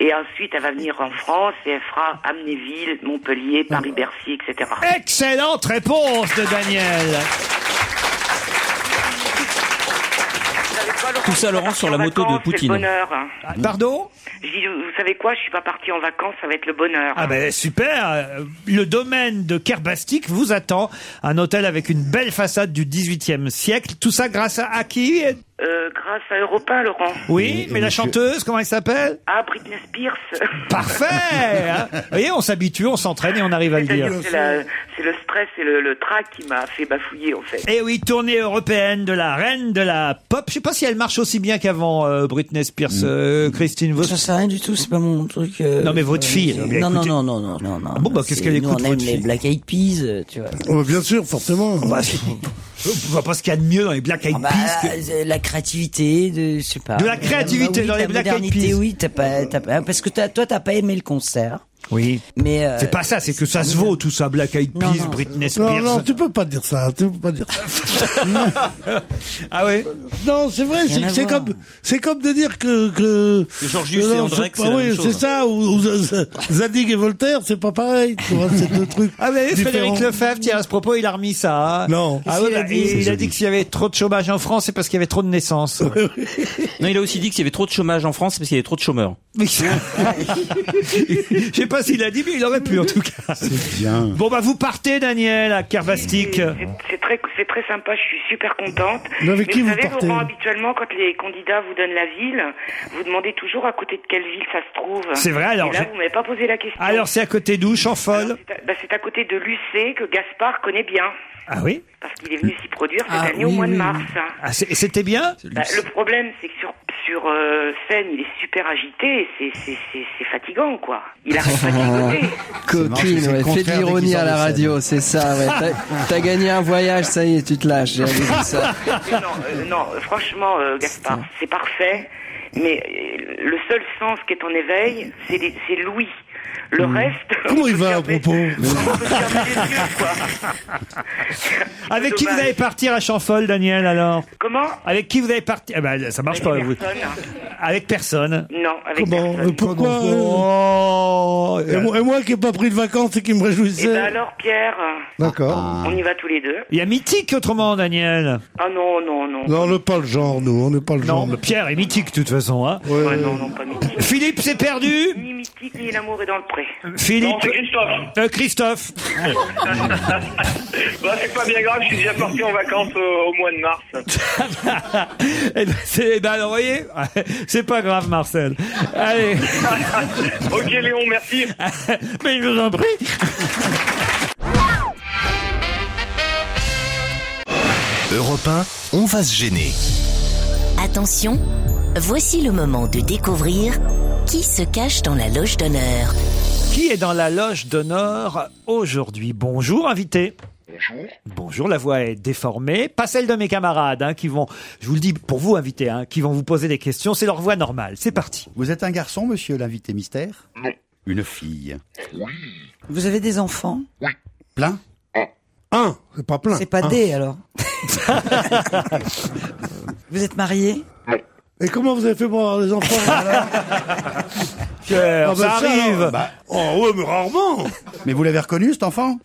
Speaker 15: et ensuite elle va venir en France et elle fera Amnéville, Montpellier,
Speaker 3: Ah.
Speaker 15: Paris-Bercy, etc.
Speaker 3: Excellente réponse de Daniel.
Speaker 5: Tout ça, Laurent, sur la moto de
Speaker 15: C'est le
Speaker 5: Poutine.
Speaker 15: bonheur.
Speaker 3: Ah, Pardon
Speaker 15: Je dis, vous savez quoi Je suis pas partie en vacances, ça va être le bonheur.
Speaker 3: Ah ben super, euh, le domaine de Kerbastik vous attend, un hôtel avec une belle façade du 18e siècle, tout ça grâce à, à qui
Speaker 15: Euh, grâce à Europa, Laurent.
Speaker 3: Oui, mais la chanteuse, comment elle s'appelle
Speaker 15: Ah, Britney Spears.
Speaker 3: Parfait hein. Vous voyez, on s'habitue, on s'entraîne et on arrive à le dire.
Speaker 15: C'est-à-dire, C'est la- c'est le stress et le, le trac qui m'a fait bafouiller, en fait.
Speaker 3: Et Eh oui, tournée européenne de la reine de la pop. Je sais pas si elle marche aussi bien qu'avant euh, Britney Spears,
Speaker 8: Mm.
Speaker 3: euh, Christine. Votre...
Speaker 4: Ça sert à rien du tout, c'est pas mon truc. euh,
Speaker 3: Non, mais votre
Speaker 4: euh,
Speaker 3: fille,
Speaker 4: c'est-
Speaker 3: bien
Speaker 4: Non, non,
Speaker 3: écoutez.
Speaker 4: non, non, non, non, non.
Speaker 3: Ah bon, bah, qu'est-ce qu'elle
Speaker 4: C'est-
Speaker 3: écoute,
Speaker 4: Nous, on aime
Speaker 3: votre
Speaker 4: les
Speaker 3: fille
Speaker 4: Black Eyed Peas, euh, tu vois.
Speaker 8: Oh, bien sûr, forcément.
Speaker 3: Je vois pas ce qu'il y a de mieux dans les Black Eyed
Speaker 4: Bah,
Speaker 3: Peas. que-
Speaker 4: euh, La créativité, de, je sais pas.
Speaker 3: De la créativité
Speaker 4: Ah, oui,
Speaker 3: dans
Speaker 4: de
Speaker 3: les
Speaker 4: la
Speaker 3: Black Eyed
Speaker 4: modernité,
Speaker 3: Peas.
Speaker 4: Oui, t'as pas, t'as pas- parce que t'as- toi, t'as pas aimé le concert.
Speaker 3: Oui.
Speaker 4: Mais euh,
Speaker 3: C'est pas ça, c'est que ça se vaut tout ça, Black Eyed
Speaker 4: Non,
Speaker 3: Peas,
Speaker 4: non.
Speaker 3: Britney Spears.
Speaker 8: Non, non, tu peux pas dire ça. Tu peux pas dire ça. Non.
Speaker 3: Ah ouais
Speaker 8: Non, c'est vrai,
Speaker 3: Rien
Speaker 8: c'est
Speaker 3: à
Speaker 8: c'est
Speaker 3: voir.
Speaker 8: comme, c'est comme de dire que, que.
Speaker 5: Que Georgius
Speaker 8: que
Speaker 5: et
Speaker 8: non,
Speaker 5: André,
Speaker 8: c'est
Speaker 5: c'est la
Speaker 8: pas-
Speaker 5: même
Speaker 8: oui,
Speaker 5: chose.
Speaker 8: c'est ça, ou, ou Z- Zadig et Voltaire, c'est pas pareil, tu vois, c'est deux trucs.
Speaker 3: Ah mais
Speaker 8: différents.
Speaker 3: Frédéric Lefebvre, tiens, à ce propos, il a remis ça. hein.
Speaker 8: Non.
Speaker 3: Ah ouais, il, a dit, il a dit que s'il y avait trop de chômage en France, c'est parce qu'il y avait trop de naissances.
Speaker 5: Non, il a aussi dit qu'il y avait trop de chômage en France, c'est parce qu'il y avait trop de chômeurs.
Speaker 3: Je sais pas s'il a dit, mais il aurait pu en tout cas.
Speaker 13: Bien.
Speaker 3: Bon bah vous partez Daniel à Kervastik.
Speaker 15: C'est très, c'est très sympa, je suis super contente.
Speaker 3: Mais avec qui
Speaker 15: vous,
Speaker 3: vous
Speaker 15: savez,
Speaker 3: partez
Speaker 15: Laurent, habituellement, quand les candidats vous donnent la ville, vous demandez toujours à côté de quelle ville ça se trouve.
Speaker 3: C'est vrai, alors
Speaker 15: Et là,
Speaker 3: j'ai-
Speaker 15: vous m'avez pas posé la question.
Speaker 3: Alors c'est à côté d'où, Chanfol
Speaker 15: C'est à- bah, c'est à côté de Lucé que Gaspard connaît bien.
Speaker 3: Ah oui
Speaker 15: Parce qu'il est venu s'y produire cette
Speaker 3: Ah,
Speaker 15: année au
Speaker 3: oui,
Speaker 15: mois de
Speaker 3: oui,
Speaker 15: mars. hein.
Speaker 3: Ah, c'est- C'était bien
Speaker 15: Bah, le problème, c'est que sur, sur euh, scène, il est super agité et c'est- c'est- c'est c'est fatigant, quoi. Il arrête pas de gigoter.
Speaker 13: marrant, c'est
Speaker 6: Coquine,
Speaker 13: le
Speaker 6: ouais, fais
Speaker 13: contraire
Speaker 6: de
Speaker 13: dès qu'il
Speaker 6: l'ironie
Speaker 13: sort
Speaker 6: à
Speaker 13: de
Speaker 6: la
Speaker 13: scène.
Speaker 6: radio, c'est ça. Ouais. T'as- T'as gagné un voyage, ça y est, tu te lâches. J'avais dit ça.
Speaker 15: non, euh, non, euh, franchement, euh, Gaspard, c'est parfait. Mais euh, le seul sens qui est en éveil, c'est les- c'est Louis. Le reste,
Speaker 8: Comment il va à propos
Speaker 3: Oh, Avec qui vous allez partir à Chanfol Daniel alors
Speaker 15: Comment
Speaker 3: Avec qui vous allez partir Ah bah, ça marche pas vous.
Speaker 15: personne.
Speaker 3: Avec personne.
Speaker 15: Non, avec
Speaker 8: Comment
Speaker 15: personne.
Speaker 8: euh, Pourquoi euh, et, moi, et moi qui n'ai pas pris de vacances et qui me
Speaker 15: Eh
Speaker 8: réjouissais
Speaker 15: ben alors, Pierre, euh,
Speaker 8: Ah. D'accord.
Speaker 15: on y va tous les deux.
Speaker 3: Il y a mythique autrement Daniel.
Speaker 15: Ah non, non, non.
Speaker 8: Non, on n'est pas le genre, nous, on n'est pas le genre.
Speaker 3: Non, mais Pierre est mythique de toute façon. Hein.
Speaker 8: Ouais,
Speaker 15: non, non, pas mythique.
Speaker 3: Philippe s'est perdu.
Speaker 15: Ni mythique, ni l'amour est dans le pré.
Speaker 3: Philippe. Euh, Christophe.
Speaker 9: Bah, c'est pas bien grave, je suis déjà parti en vacances euh, au mois de mars.
Speaker 3: Eh ben, c'est- eh ben, alors, voyez, c'est pas grave, Marcel. Allez.
Speaker 9: ok Léon, merci.
Speaker 3: Mais je vous en prie.
Speaker 2: Europe 1, on va se gêner.
Speaker 1: Attention, voici le moment de découvrir qui se cache dans la loge d'honneur.
Speaker 3: Qui est dans la loge d'honneur aujourd'hui Bonjour, invité. Bonjour. Bonjour, la voix est déformée. Pas celle de mes camarades hein, qui vont, je vous le dis pour vous, invité, hein, qui vont vous poser des questions. C'est leur voix normale. C'est parti.
Speaker 13: Vous êtes un garçon, monsieur l'invité mystère
Speaker 3: Non.
Speaker 13: Une fille.
Speaker 4: Vous avez des enfants
Speaker 13: Plein
Speaker 8: Un, c'est pas plein.
Speaker 4: C'est pas
Speaker 8: un.
Speaker 4: D alors. vous êtes marié
Speaker 8: Et comment vous avez fait pour avoir des enfants alors
Speaker 3: Pierre,
Speaker 8: Ah, bah,
Speaker 3: ça
Speaker 8: ça,
Speaker 3: arrive.
Speaker 8: alors, bah, Oh ouais, mais rarement
Speaker 13: Mais vous l'avez reconnu, cet enfant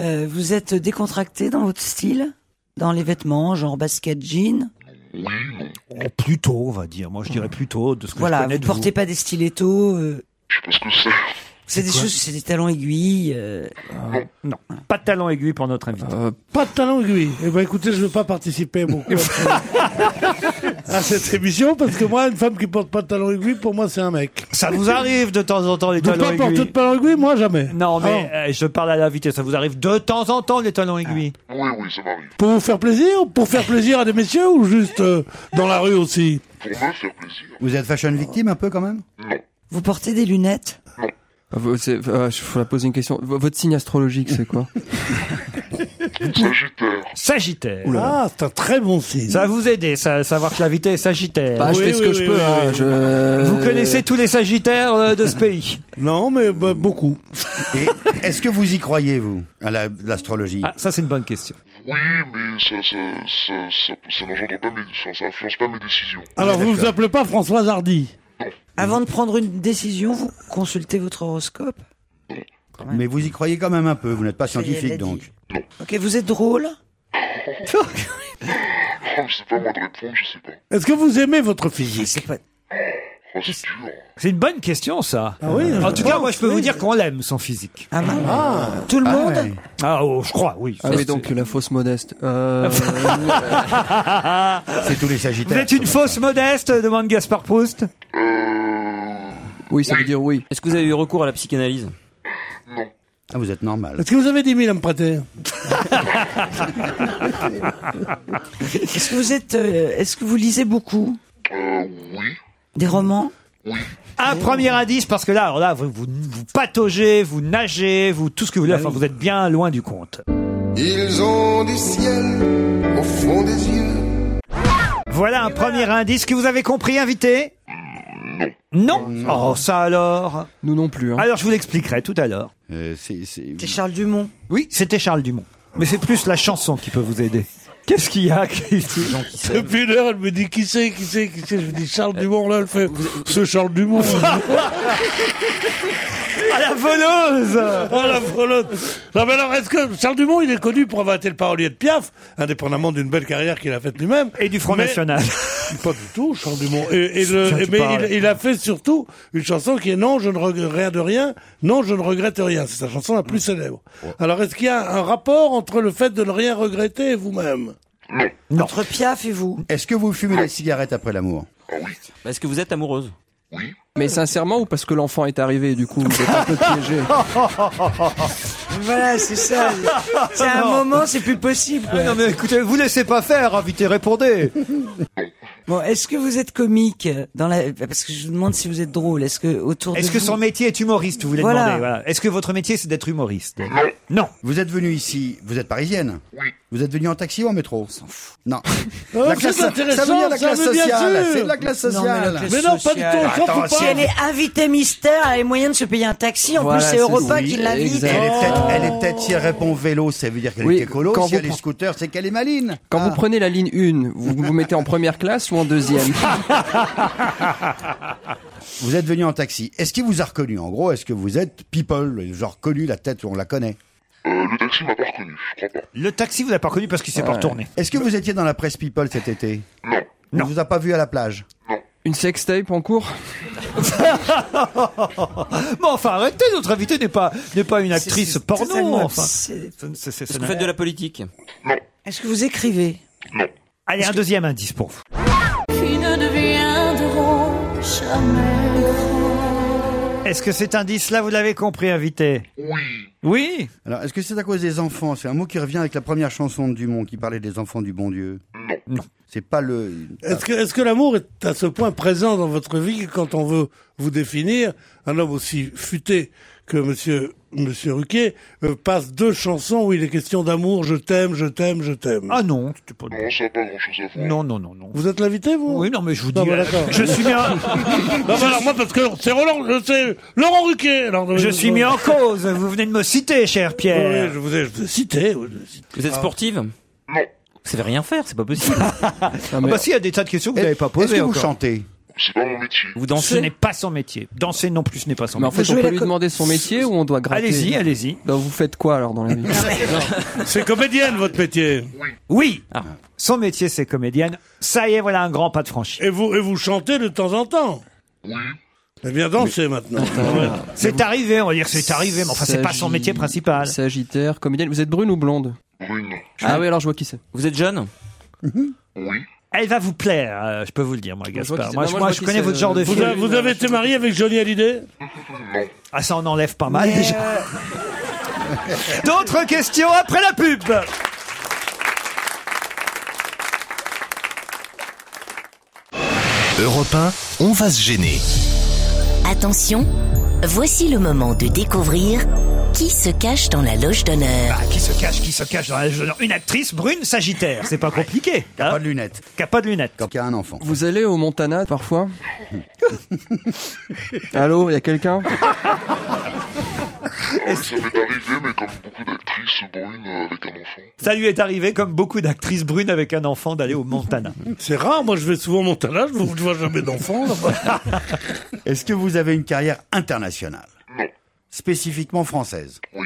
Speaker 4: Euh, vous êtes décontracté dans votre style Dans les vêtements, genre basket, jean
Speaker 3: Oh, plutôt, on va dire. Moi, je dirais plutôt de ce que je
Speaker 4: Voilà,
Speaker 3: connais
Speaker 4: vous
Speaker 3: de
Speaker 4: portez
Speaker 3: vous.
Speaker 4: pas des stilettos euh, C'est des
Speaker 3: quoi
Speaker 4: choses, c'est des talons aiguilles euh,
Speaker 8: Ah,
Speaker 3: Non, pas de talent aiguille pour notre invité.
Speaker 8: Euh, Pas de talent aiguille. Eh ben écoutez, je veux pas participer beaucoup à à cette émission parce que moi, une femme qui porte pas de talon aiguille, pour moi, c'est un mec.
Speaker 3: Ça vous arrive de temps en temps les
Speaker 8: De
Speaker 3: talons
Speaker 8: pas porter
Speaker 3: aiguilles
Speaker 8: de talon aiguille, moi jamais.
Speaker 3: Non,
Speaker 6: Oh.
Speaker 3: mais euh, je parle à l'invité. Ça vous arrive de temps en temps les talons aiguilles
Speaker 9: Oui, Ah. oui, ça m'arrive.
Speaker 8: Pour vous faire plaisir, pour faire plaisir à des messieurs ou juste euh, dans la rue aussi.
Speaker 9: Pour me faire plaisir.
Speaker 13: Vous êtes fashion victime un peu quand même
Speaker 4: Vous portez des lunettes
Speaker 6: Ah, Vous- c'est- euh, Je faut la poser une question. V- Votre signe astrologique, c'est quoi
Speaker 9: Sagittaire.
Speaker 3: Sagittaire.
Speaker 8: Ah, c'est un très bon signe.
Speaker 3: Ça va vous aider, ça, savoir que l'invité est Sagittaire.
Speaker 6: Bah, Je
Speaker 8: Oui,
Speaker 6: fais ce
Speaker 8: oui,
Speaker 6: que
Speaker 8: oui,
Speaker 6: je
Speaker 8: oui,
Speaker 6: peux. hein,
Speaker 8: oui.
Speaker 6: je-
Speaker 3: Vous connaissez tous les Sagittaires euh, de ce pays
Speaker 8: Non, mais bah, beaucoup.
Speaker 13: Et est-ce que vous y croyez, vous, à la- l'astrologie
Speaker 3: Ah, ça c'est une bonne question.
Speaker 9: Oui, mais ça, ça, ça, ça, ça n'engendre pas mes, ça, ça influence pas mes décisions.
Speaker 8: Alors, vous vous appelez pas Françoise Hardy
Speaker 4: Avant de prendre une décision, vous consultez votre horoscope
Speaker 13: Mais vous y croyez quand même un peu, vous n'êtes pas
Speaker 4: Ça y est, elle l'a
Speaker 13: scientifique
Speaker 4: dit.
Speaker 13: donc.
Speaker 4: Ok, vous êtes drôle
Speaker 9: Oh, je sais pas moi de répondre, je sais pas.
Speaker 8: Est-ce que vous aimez votre
Speaker 13: Ah,
Speaker 8: physique
Speaker 4: C'est pas-
Speaker 9: Oh, c'est dur.
Speaker 3: C'est une bonne question, ça.
Speaker 8: Ah oui,
Speaker 3: en
Speaker 8: je
Speaker 3: tout cas,
Speaker 8: pense,
Speaker 3: moi, je peux
Speaker 8: oui. bah.
Speaker 3: vous dire qu'on l'aime, son physique.
Speaker 4: Ah, bon Tout le
Speaker 13: Ah
Speaker 4: monde
Speaker 13: ouais.
Speaker 3: Ah, oh, je crois, oui.
Speaker 6: Ah
Speaker 3: Ça,
Speaker 6: oui, donc la fausse modeste. Euh,
Speaker 13: C'est tous les
Speaker 3: Vous
Speaker 13: sagittaires.
Speaker 3: êtes une fausse modeste demande Gaspard Proust.
Speaker 6: oui, ça veut dire oui.
Speaker 5: Est-ce que vous avez eu recours à la psychanalyse
Speaker 13: Ah, vous êtes normal.
Speaker 8: Est-ce que vous avez 10 000 à me prêter
Speaker 4: Est-ce que vous êtes euh, Est-ce que vous lisez beaucoup
Speaker 9: Euh,
Speaker 4: Des romans
Speaker 3: Un premier indice, parce que là, alors là, vous, vous, vous pataugez, vous nagez, vous tout ce que vous voulez. Enfin, vous êtes bien loin du compte.
Speaker 14: Ils ont du ciel au fond des yeux.
Speaker 3: Voilà un premier indice que vous avez compris, invité Non. Oh, ça alors
Speaker 6: Nous non plus. hein.
Speaker 3: Alors, je vous l'expliquerai tout à l'heure.
Speaker 13: Euh, c'est- c'est-
Speaker 4: C'est Charles Dumont.
Speaker 3: Oui, c'était Charles Dumont. Mais c'est plus la chanson qui peut vous aider. Qu'est-ce qu'il y a, Christine
Speaker 8: Depuis une heure, elle me dit qui c'est, qui c'est, qui c'est. Je me dis Charles Dumont, là, elle fait. C'est Charles Dumont.
Speaker 3: Ah, la voleuse
Speaker 8: Ah, la voleuse Non, mais alors, est-ce que Charles Dumont, il est connu pour avoir été le parolier de Piaf, indépendamment d'une belle carrière qu'il a faite lui-même
Speaker 3: Et du Front National.
Speaker 8: Pas du tout, Charles Dumont. Et, et le-
Speaker 3: Tiens, tu
Speaker 8: mais
Speaker 3: parles.
Speaker 8: il, il a fait surtout une chanson qui est Non, je ne regrette rien, non, je ne regrette rien. C'est sa chanson la plus célèbre. Alors, est-ce qu'il y a un rapport entre le fait de ne rien regretter et vous-même
Speaker 4: Entre Piaf et vous.
Speaker 13: Est-ce que vous fumez la cigarette après l'amour
Speaker 5: Bah, Est-ce que vous êtes amoureuse
Speaker 6: Mais sincèrement ou parce que l'enfant est arrivé, du coup, vous êtes un peu piégé
Speaker 4: Voilà, c'est ça. C'est à un
Speaker 3: Non.
Speaker 4: moment, c'est plus possible. quoi.
Speaker 3: Ah, non, mais écoutez, vous laissez pas faire, invitez, répondez.
Speaker 4: Bon, est-ce que vous êtes comique dans la parce que je vous demande si vous êtes drôle. Est-ce que autour de
Speaker 3: Est-ce que
Speaker 4: vous-
Speaker 3: son métier est humoriste Vous voulez
Speaker 4: Voilà.
Speaker 3: demander. Voilà. Est-ce que votre métier, c'est d'être humoriste Non.
Speaker 13: Vous êtes venu ici, vous êtes parisienne
Speaker 3: Oui.
Speaker 13: Vous êtes venu en taxi ou en métro On s'en fout. Non.
Speaker 8: Oh, c'est intéressant,
Speaker 13: ça veut dire la
Speaker 8: ça
Speaker 13: classe
Speaker 8: veut bien
Speaker 13: sociale.
Speaker 8: sûr.
Speaker 13: C'est la classe
Speaker 8: Non, mais la
Speaker 13: sociale.
Speaker 8: classe Mais non, pas du sociale. tout, on s'en fout
Speaker 13: Attends,
Speaker 4: Si elle est invitée mystère, elle a les moyens de se payer un taxi. En
Speaker 13: Voilà,
Speaker 4: plus, c'est Europa
Speaker 13: oui,
Speaker 4: qui l'invite.
Speaker 13: exact. Elle est peut-être, elle est peut-être si elle répond vélo, ça veut dire qu'elle
Speaker 6: Oui,
Speaker 13: est écolo.
Speaker 6: quand
Speaker 13: Si
Speaker 6: vous
Speaker 13: elle est Ah.
Speaker 6: pre-
Speaker 13: scooter, c'est qu'elle est maline.
Speaker 6: Quand vous prenez la ligne 1, vous vous mettez en première classe ou en deuxième
Speaker 3: Ah.
Speaker 13: Vous êtes venu en taxi. Est-ce qu'il vous a reconnu En gros, est-ce que vous êtes people Genre connu la tête, on la connaît.
Speaker 3: Euh, le taxi m'a pas reconnu, je crois pas. Le taxi, vous l'avez pas reconnu parce qu'il s'est pas retourné.
Speaker 13: Est-ce que vous étiez dans la presse people cet été
Speaker 3: Non.
Speaker 13: On vous a pas vu à la plage
Speaker 6: Une sextape en cours
Speaker 3: Mais enfin, arrêtez, notre invité n'est pas, n'est pas une actrice porno.
Speaker 4: totalement
Speaker 3: Enfin.
Speaker 4: obscène.
Speaker 5: Est-ce que vous faites de la politique
Speaker 4: Est-ce que vous écrivez
Speaker 3: Allez, un deuxième indice pour vous.
Speaker 16: qui ne deviendront jamais
Speaker 3: Est-ce que cet indice-là, vous l'avez compris, invité
Speaker 13: Oui.
Speaker 3: Oui
Speaker 13: Alors, est-ce que c'est à cause des enfants C'est un mot qui revient avec la première chanson de Dumont qui parlait des enfants du bon Dieu. Non.
Speaker 3: Non.
Speaker 13: C'est pas le.
Speaker 8: Est-ce que, est-ce que l'amour est à ce point présent dans votre vie que quand on veut vous définir, un homme aussi futé que monsieur, monsieur Ruquet euh, passe deux chansons où il est question d'amour, je t'aime, je t'aime, je t'aime
Speaker 3: Ah non,
Speaker 8: Non, ça n'a pas grand-chose à
Speaker 3: Non, non, non, non.
Speaker 8: Vous êtes l'invité, vous
Speaker 3: Oui, non, mais je vous
Speaker 8: Non,
Speaker 3: dis,
Speaker 8: mais
Speaker 3: euh,
Speaker 8: d'accord.
Speaker 3: je suis mis en-
Speaker 8: non, mais alors moi, parce que c'est Roland, euh, c'est Laurent Ruquet alors,
Speaker 3: Je
Speaker 8: euh,
Speaker 3: suis mis en cause, vous venez de me citer, cher Pierre.
Speaker 8: Oui, je vous ai, je vous ai cité. oui, je vous ai cité.
Speaker 5: Vous êtes sportive
Speaker 7: Non.
Speaker 5: Vous savez rien faire, c'est pas possible.
Speaker 3: Ah bah si, il y a des tas de questions que vous
Speaker 5: Est-
Speaker 3: n'avez pas
Speaker 5: est-ce
Speaker 3: posées.
Speaker 5: que vous
Speaker 3: encore.
Speaker 5: chantez
Speaker 7: C'est pas mon métier.
Speaker 5: Vous dansez
Speaker 3: Ce n'est pas son métier. Danser non plus, ce n'est pas son
Speaker 6: Mais en
Speaker 3: métier.
Speaker 6: fait, on peut lui demander son métier ou on doit gratter
Speaker 3: Allez-y, allez-y.
Speaker 6: Donc, vous faites quoi alors dans la vie
Speaker 8: C'est comédienne, votre métier Ah.
Speaker 3: Oui. Son métier, c'est comédienne. Ça y est, voilà un grand pas de franchi.
Speaker 8: Et vous, et vous chantez de temps en temps Eh bien, dansez maintenant.
Speaker 3: C'est arrivé, on va dire que c'est arrivé, mais enfin, c'est pas son
Speaker 6: Sagi-
Speaker 3: métier principal.
Speaker 6: Sagittaire, comédienne. Vous êtes brune ou blonde
Speaker 7: Brune.
Speaker 6: Ah oui, alors je vois qui c'est.
Speaker 5: Vous êtes jeune
Speaker 7: Oui.
Speaker 3: Elle va vous plaire, euh, je peux vous le dire, moi,
Speaker 6: vois
Speaker 3: Gaspard.
Speaker 6: qui-
Speaker 3: Moi,
Speaker 6: non, moi, je
Speaker 3: je, moi,
Speaker 6: vois
Speaker 3: je
Speaker 6: qui
Speaker 3: connais
Speaker 6: c'est, euh,
Speaker 3: votre genre de
Speaker 8: Vous,
Speaker 3: film.
Speaker 8: a- vous avez été marié avec Johnny Hallyday
Speaker 3: Ah, ça en enlève pas mal,
Speaker 6: Euh,
Speaker 8: Mais,
Speaker 3: déjà. D'autres questions après la pub
Speaker 2: Europe 1, on va se gêner.
Speaker 1: Attention, voici le moment de découvrir qui se cache dans la loge d'honneur.
Speaker 3: Bah, Qui se cache, qui se cache dans la Une actrice brune sagittaire, c'est pas compliqué. Qui a pas de
Speaker 13: lunettes.
Speaker 3: Qui a pas de lunettes.
Speaker 13: Qui a un enfant.
Speaker 6: Vous allez au Montana parfois Allô, y a quelqu'un
Speaker 7: Ah, ça m'est arrivé, mais comme beaucoup d'actrices brunes euh, avec un enfant.
Speaker 3: Ça lui est arrivé, comme beaucoup d'actrices brunes avec un enfant, d'aller au Montana.
Speaker 8: C'est rare, moi je vais souvent au Montana, je ne vois jamais d'enfants.
Speaker 13: Est-ce que vous avez une carrière internationale Spécifiquement française Oh,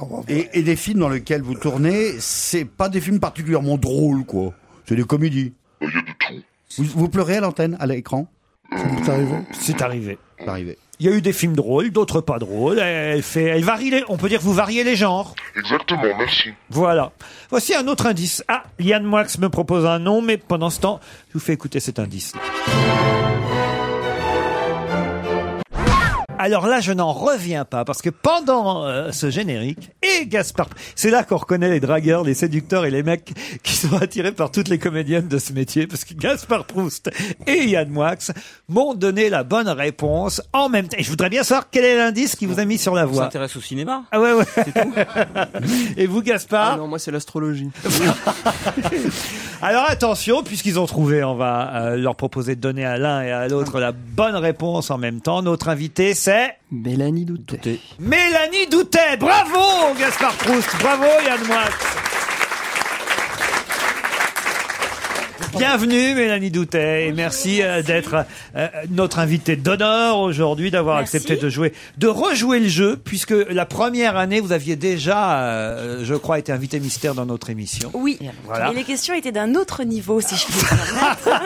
Speaker 13: bah,
Speaker 7: Oui.
Speaker 13: Et, et des films dans lesquels vous tournez, c'est pas des films particulièrement drôles, quoi. C'est des comédies. Vous, vous pleurez à l'antenne, à l'écran
Speaker 8: C'est arrivé.
Speaker 3: C'est arrivé.
Speaker 13: C'est arrivé.
Speaker 3: Il y a eu des films drôles, d'autres pas drôles. Elle fait, elle varie les- on peut dire que vous variez les genres.
Speaker 7: Exactement, merci.
Speaker 3: Voilà. Voici un autre indice. Ah, Yann Moix me propose un nom, mais pendant ce temps, je vous fais écouter cet indice. Alors là, je n'en reviens pas, parce que pendant euh, ce générique, et Gaspard, c'est là qu'on reconnaît les dragueurs, les séducteurs et les mecs qui sont attirés par toutes les comédiennes de ce métier, parce que Gaspard Proust et Yann Moix m'ont donné la bonne réponse en même temps. Et je voudrais bien savoir quel est l'indice qui vous a mis sur la
Speaker 5: On
Speaker 3: voie.
Speaker 5: s'intéresse au cinéma
Speaker 3: Ah ouais, ouais. Et vous, Gaspard
Speaker 6: Ah Non, moi c'est l'astrologie.
Speaker 3: Alors attention, puisqu'ils ont trouvé, on va euh, leur proposer de donner à l'un et à l'autre la bonne réponse en même temps. Notre invité, c'est
Speaker 6: Mélanie Doutet.
Speaker 4: Oh.
Speaker 3: Mélanie Doutet. Bravo, Gaspard Proust. Bravo, Yann Moix. Bienvenue Mélanie Doutet et merci euh, d'être euh, notre invitée d'honneur aujourd'hui, d'avoir accepté de jouer, de rejouer le jeu, puisque la première année, vous aviez déjà, euh, je crois, été invité mystère dans notre émission.
Speaker 17: Oui.
Speaker 3: Voilà.
Speaker 17: Et les questions étaient d'un autre niveau, si je puis dire.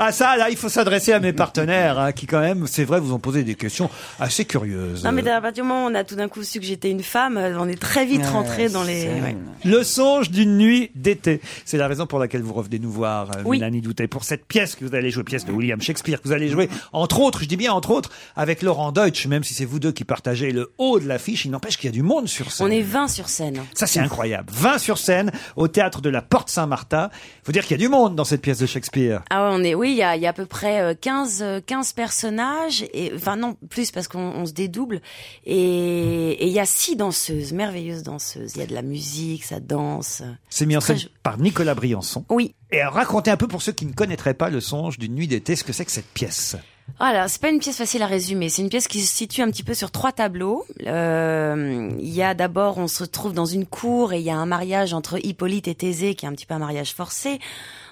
Speaker 3: Ah ça, là, il faut s'adresser à mes partenaires, hein, qui quand même, c'est vrai, vous ont posé des questions assez curieuses.
Speaker 17: Non, mais à partir du moment où on a tout d'un coup su que j'étais une femme, euh, on est très vite
Speaker 3: Ouais,
Speaker 17: rentré dans les.
Speaker 3: c'est-
Speaker 17: ouais.
Speaker 3: Le songe d'une nuit d'été. C'est la raison pour laquelle vous revenez nous voir, euh,
Speaker 17: Oui.
Speaker 3: Mélanie Doutet, pour cette pièce que vous allez jouer, pièce de William Shakespeare, que vous allez jouer, entre autres, je dis bien entre autres, avec Laurent Deutsch, même si c'est vous deux qui partagez le haut de l'affiche, il n'empêche qu'il y a du monde sur scène.
Speaker 17: On est 20 sur scène.
Speaker 3: Ça, c'est incroyable. 20 sur scène, au théâtre de la Porte Saint-Martin. Faut dire qu'il y a du monde dans cette pièce de Shakespeare.
Speaker 17: Ah ouais, on est, oui, il y a, il y a à peu près euh, 15, euh, 15 personnages, et, enfin non, plus parce qu'on on se dédouble. Et et il y a six danseuses, merveilleuses danseuses. Il y a de la musique, ça danse.
Speaker 3: C'est mis en scène par Nicolas Briançon.
Speaker 17: Oui.
Speaker 3: Et alors, racontez un peu pour ceux qui ne connaîtraient pas le songe d'une nuit d'été, ce que c'est que cette pièce.
Speaker 17: Voilà, c'est pas une pièce facile à résumer. C'est une pièce qui se situe un petit peu sur trois tableaux. Euh, Il y a d'abord, on se retrouve dans une cour et il y a un mariage entre Hippolyte et Thésée qui est un petit peu un mariage forcé.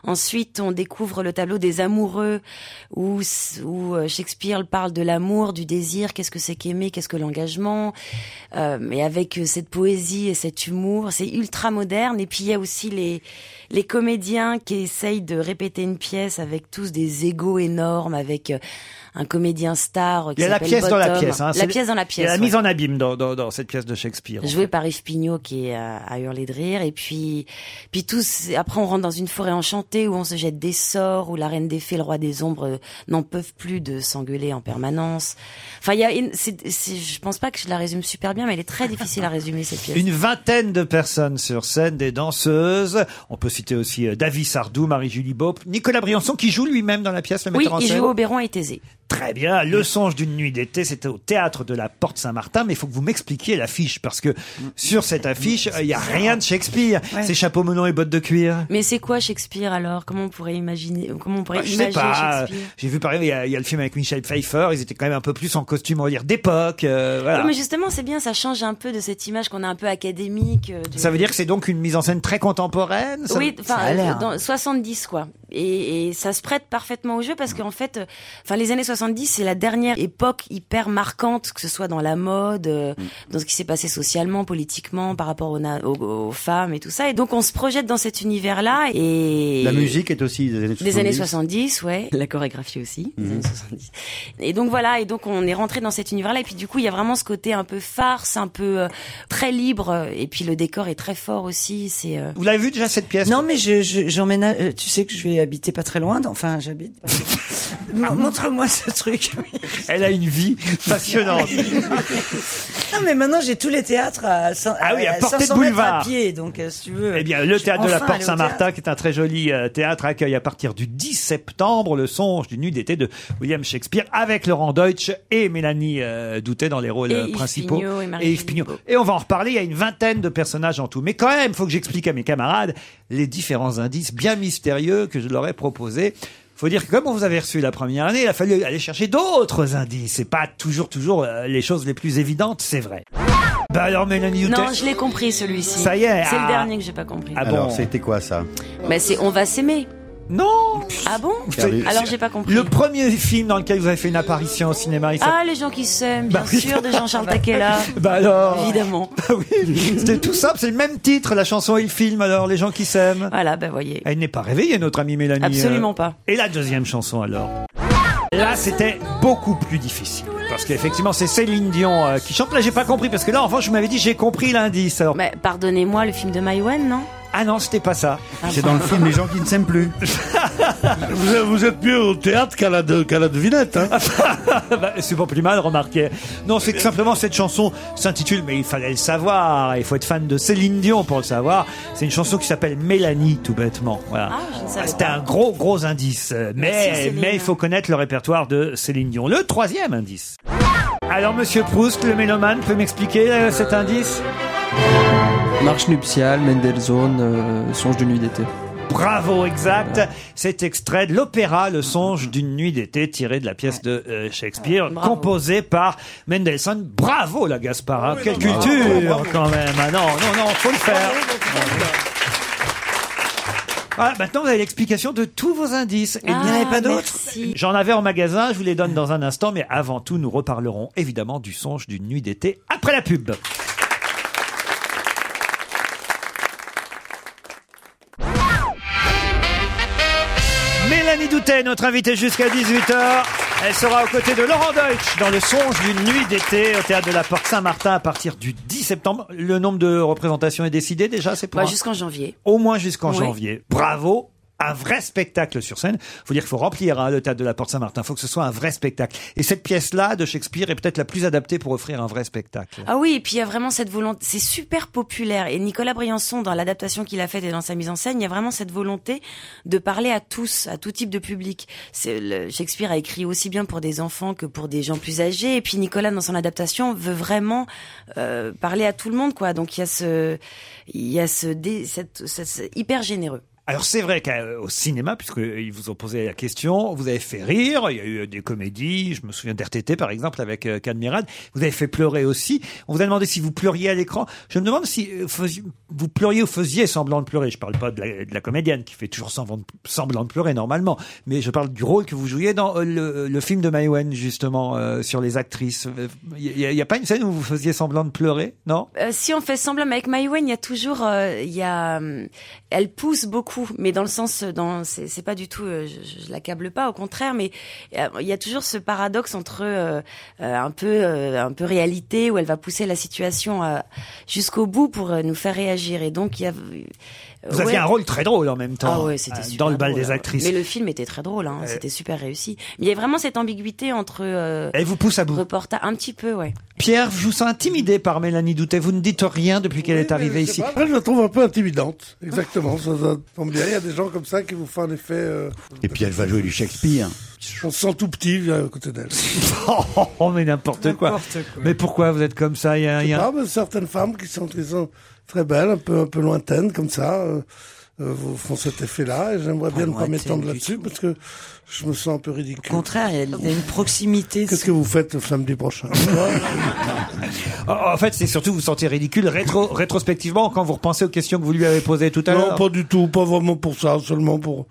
Speaker 17: Ensuite, on découvre le tableau des amoureux où, s- où euh, Shakespeare parle de l'amour, du désir, qu'est-ce que c'est qu'aimer, qu'est-ce que l'engagement. Euh, Mais avec euh, cette poésie et cet humour, c'est ultra moderne. Et puis il y a aussi les les comédiens qui essayent de répéter une pièce avec tous des égaux énormes, avec euh, un comédien star. euh, Qui
Speaker 3: Il y a la
Speaker 17: s'appelle
Speaker 3: pièce dans la
Speaker 17: Bottom.
Speaker 3: pièce. hein.
Speaker 17: La
Speaker 3: C'est-
Speaker 17: pièce dans la
Speaker 3: Il y
Speaker 17: pièce.
Speaker 3: a la
Speaker 17: ouais.
Speaker 3: mise en abîme dans, dans- dans cette pièce de Shakespeare.
Speaker 17: Joué par Yves Pignot qui est euh, à hurler de rire et puis puis tous après on rentre dans une forêt enchantée où on se jette des sorts où la reine des fées le roi des ombres euh, n'en peuvent plus de s'engueuler en permanence. Enfin il y a une- c'est- c'est- je pense pas que je la résume super bien mais elle est très difficile à résumer cette pièce.
Speaker 3: Une vingtaine de personnes sur scène, des danseuses. On peut citer aussi euh, Davy Sardou, Marie-Julie Beaup, Nicolas Briançon qui joue lui-même dans la pièce, le
Speaker 17: Oui,
Speaker 3: metteur en
Speaker 17: il
Speaker 3: scène.
Speaker 17: joue Oberon et Thésée.
Speaker 3: Très bien. Le songe d'une nuit d'été, c'était au théâtre de la Porte Saint-Martin, mais il faut que vous m'expliquiez l'affiche parce que
Speaker 17: Mm.
Speaker 3: sur cette affiche, euh, il n'y a rien de Shakespeare.
Speaker 17: Ouais.
Speaker 3: C'est chapeau melon et bottes de cuir.
Speaker 17: Mais c'est quoi Shakespeare alors Comment on pourrait imaginer Comment on pourrait
Speaker 3: Ah, je sais
Speaker 17: imaginer
Speaker 3: pas. euh,
Speaker 17: Shakespeare
Speaker 3: J'ai vu par exemple, il y, a- il y a le film avec Michel Pfeiffer. Ils étaient quand même un peu plus en costume, on va dire, d'époque. euh, voilà.
Speaker 17: Oui, mais justement, c'est bien, ça change un peu de cette image qu'on a un peu académique. euh, de-
Speaker 3: Ça veut dire que c'est donc une mise en scène très contemporaine ça-
Speaker 17: oui, enfin, euh, dans 70 quoi. Et, et ça se prête parfaitement au jeu parce qu'en fait, euh, enfin les années 70 c'est la dernière époque hyper marquante, que ce soit dans la mode, euh,
Speaker 13: Mm.
Speaker 17: dans ce qui s'est passé socialement, politiquement, par rapport aux, na- aux- aux femmes et tout ça. Et donc on se projette dans cet univers là et
Speaker 13: La musique est aussi des années Mhm. 70.
Speaker 17: des années 70, ouais. La chorégraphie aussi, des années 70. Et donc voilà, et donc on est rentré dans cet univers-là, et puis du coup il y a vraiment ce côté un peu farce, un peu euh, très libre, euh, et puis le décor est très fort aussi. C'est euh,
Speaker 3: Vous l'avez vu déjà cette pièce
Speaker 4: Non, mais je, je- j'emménage. euh, Tu sais que je vais habiter pas très loin. Enfin, j'habite. Mon- Montre-moi ce truc.
Speaker 3: Ah Elle a une vie passionnante.
Speaker 4: non, mais maintenant j'ai tous les théâtres à, cent-
Speaker 3: Ah oui, à portée de
Speaker 4: 500 mètres
Speaker 3: boulevard.
Speaker 4: à pied. Donc, euh, si tu veux.
Speaker 3: Eh bien, le
Speaker 4: je-
Speaker 3: théâtre de la
Speaker 4: enfin
Speaker 3: Porte
Speaker 4: aller au
Speaker 3: Saint-Martin, qui est un très joli euh, théâtre, accueille à partir du 10 septembre le songe d'une nuit d'été de William Shakespeare avec Laurent Deutsch et Mélanie euh, Doutet dans les rôles
Speaker 17: Et
Speaker 3: euh,
Speaker 17: Yves
Speaker 3: principaux.
Speaker 17: Pignot et Marie
Speaker 3: et Yves Pignot. Et on va en reparler. Il y a une vingtaine de personnages en tout. Mais quand même, faut que j'explique à mes camarades les différents indices bien mystérieux que je leur ai proposés. Faut dire que comme on vous avait reçu la première année, il a fallu aller chercher d'autres indices. C'est pas toujours, toujours euh, les choses les plus évidentes, c'est vrai. Bah alors, Mélanie Doutet.
Speaker 17: Non, je l'ai compris celui-ci.
Speaker 3: Ça y est,
Speaker 17: C'est
Speaker 3: ah.
Speaker 17: le dernier que j'ai pas compris.
Speaker 3: Ah bon.
Speaker 13: Alors, c'était quoi ça
Speaker 17: Mais c'est on va s'aimer.
Speaker 3: Non.
Speaker 17: Ah bon
Speaker 3: C'est-
Speaker 17: Alors j'ai pas compris.
Speaker 3: Le premier film dans lequel vous avez fait une apparition au cinéma, il
Speaker 17: Ah
Speaker 3: s'appelle-
Speaker 17: les gens qui s'aiment, bien
Speaker 3: Bah oui.
Speaker 17: sûr, de Jean-Charles Taquella.
Speaker 3: Bah alors.
Speaker 17: Évidemment.
Speaker 3: Bah oui. C'était tout simple, c'est le même titre, la chanson et le film, alors, les gens qui s'aiment.
Speaker 17: Voilà, ben voyez.
Speaker 3: Elle n'est pas réveillée, notre amie Mélanie.
Speaker 17: Absolument
Speaker 3: euh.
Speaker 17: pas.
Speaker 3: Et la deuxième chanson, alors Là, c'était beaucoup plus difficile. Parce qu'effectivement, c'est Céline Dion euh, qui chante. Là, j'ai pas compris, parce que là, enfin, je m'avais dit, j'ai compris l'indice. Alors...
Speaker 17: Mais pardonnez-moi, le film de Maïwen, non Ah
Speaker 3: Ah non, c'était pas ça.
Speaker 13: C'est dans le film Les gens qui ne s'aiment plus.
Speaker 8: Vous êtes- vous êtes mieux au théâtre qu'à la, de- qu'à la devinette. Hein.
Speaker 3: Bah, c'est pas plus mal, remarquez. Non, c'est que simplement cette chanson s'intitule, mais il fallait le savoir. Il faut être fan de Céline Dion pour le savoir. C'est une chanson qui s'appelle Mélanie, tout bêtement. Voilà.
Speaker 17: Ah,
Speaker 3: Ah,
Speaker 17: je ne savais
Speaker 3: C'était
Speaker 17: pas.
Speaker 3: un gros, gros indice. Euh,
Speaker 17: Merci,
Speaker 3: Mais,
Speaker 17: Céline.
Speaker 3: mais il faut connaître le répertoire de Céline Dion. Le troisième indice. Alors, monsieur Proust, le mélomane, peut m'expliquer euh, cet indice
Speaker 6: Marche nuptiale, Mendelssohn, euh, Songe de nuit d'été.
Speaker 3: Bravo, exact. Cet extrait de l'opéra Le songe d'une nuit d'été tiré de la pièce de euh, Shakespeare, composée par Mendelssohn. Bravo, la Gaspard. hein. Quelle
Speaker 8: bravo,
Speaker 3: culture,
Speaker 8: bravo.
Speaker 3: quand même. Ah non, non, non, faut le faire. Ah, maintenant, vous avez l'explication de tous vos indices. Et il n'y en
Speaker 17: Ah,
Speaker 3: avait pas d'autres
Speaker 17: merci.
Speaker 3: J'en avais en magasin, je vous les donne dans un instant, mais avant tout, nous reparlerons évidemment du songe d'une nuit d'été après la pub. Mélanie Doutet, est notre invitée jusqu'à 18h. Elle sera aux côtés de Laurent Deutsch dans le songe d'une nuit d'été au théâtre de la Porte Saint-Martin à partir du 10 septembre. Le nombre de représentations est décidé déjà, c'est pour
Speaker 17: Bah,
Speaker 3: un-
Speaker 17: jusqu'en janvier.
Speaker 3: Au moins jusqu'en
Speaker 17: Oui.
Speaker 3: janvier. Bravo un vrai spectacle sur scène. Faut dire qu'il faut remplir hein, le théâtre de la Porte Saint-Martin. Faut que ce soit un vrai spectacle. Et cette pièce-là de Shakespeare est peut-être la plus adaptée pour offrir un vrai spectacle.
Speaker 17: Ah oui, et puis il y a vraiment cette volonté, c'est super populaire. Et Nicolas Briançon, dans l'adaptation qu'il a faite et dans sa mise en scène, il y a vraiment cette volonté de parler à tous, à tout type de public. C'est le- Shakespeare a écrit aussi bien pour des enfants que pour des gens plus âgés. Et puis Nicolas, dans son adaptation, veut vraiment euh, parler à tout le monde, quoi. Donc il y a ce, il y a ce, dé- cette- cette- c'est hyper généreux.
Speaker 3: Alors c'est vrai qu'au cinéma, puisqu'ils vous ont posé la question, vous avez fait rire, il y a eu euh, des comédies, je me souviens d'RTT par exemple avec euh, Cadmirad, vous avez fait pleurer aussi, on vous a demandé si vous pleuriez à l'écran, je me demande si euh, faisi- vous pleuriez ou faisiez semblant de pleurer, je parle pas de la, de la comédienne qui fait toujours semblant de, semblant de pleurer normalement, mais je parle du rôle que vous jouiez dans euh, le, le film de Maïwen justement euh, sur les actrices, il n'y a, pas une scène où vous faisiez semblant de pleurer, non
Speaker 17: Euh, si on fait semblant, mais avec Maïwen, il y a toujours, euh, il y a, hum, elle pousse beaucoup, mais dans le sens, euh, dans, c'est c'est pas du tout, euh, je, je- je l'accable pas, au contraire, mais euh, il y a toujours ce paradoxe entre euh, euh, un peu, euh, un peu réalité où elle va pousser la situation euh, jusqu'au bout pour euh, nous faire réagir, et donc il y a. euh,
Speaker 3: Vous aviez un rôle très drôle en même temps,
Speaker 17: Ah ouais, c'était
Speaker 3: euh,
Speaker 17: super
Speaker 3: dans le bal
Speaker 17: drôle,
Speaker 3: des
Speaker 17: hein.
Speaker 3: actrices. Euh.
Speaker 17: Mais le film était très drôle, hein, c'était super réussi. Mais il y a vraiment cette ambiguïté entre. euh,
Speaker 3: Elle vous pousse à bout.
Speaker 17: Reporta un petit peu, ouais.
Speaker 3: Pierre, je vous sens intimidé par Mélanie Doutet. Vous ne dites rien depuis qu'elle est arrivée ici.
Speaker 8: Après, je la trouve un peu intimidante. Exactement, ça, ça tombe bien. Il y a des gens comme ça qui vous font un effet. euh,
Speaker 13: Et puis elle va jouer du Shakespeare.
Speaker 8: on se sent tout petit euh, à côté d'elle.
Speaker 3: Oh, oh, mais n'importe quoi. Mais pourquoi vous êtes comme ça il y a, il y a-
Speaker 8: Ah, mais certaines femmes qui sont, qui sont très belles, un peu, un peu lointaines, comme ça, euh, euh, vous font cet effet-là. Et j'aimerais bien ne pas
Speaker 4: lointaine
Speaker 8: m'étendre
Speaker 4: du
Speaker 8: là-dessus parce que je me sens un peu ridicule. Au
Speaker 4: contraire, il y a une proximité.
Speaker 8: Qu'est-ce que vous faites le samedi prochain
Speaker 3: Oh, En fait, c'est surtout vous vous sentez ridicule rétro- rétrospectivement quand vous repensez aux questions que vous lui avez posées tout à
Speaker 8: Non,
Speaker 3: l'heure.
Speaker 8: pas du tout, pas vraiment pour ça, seulement pour,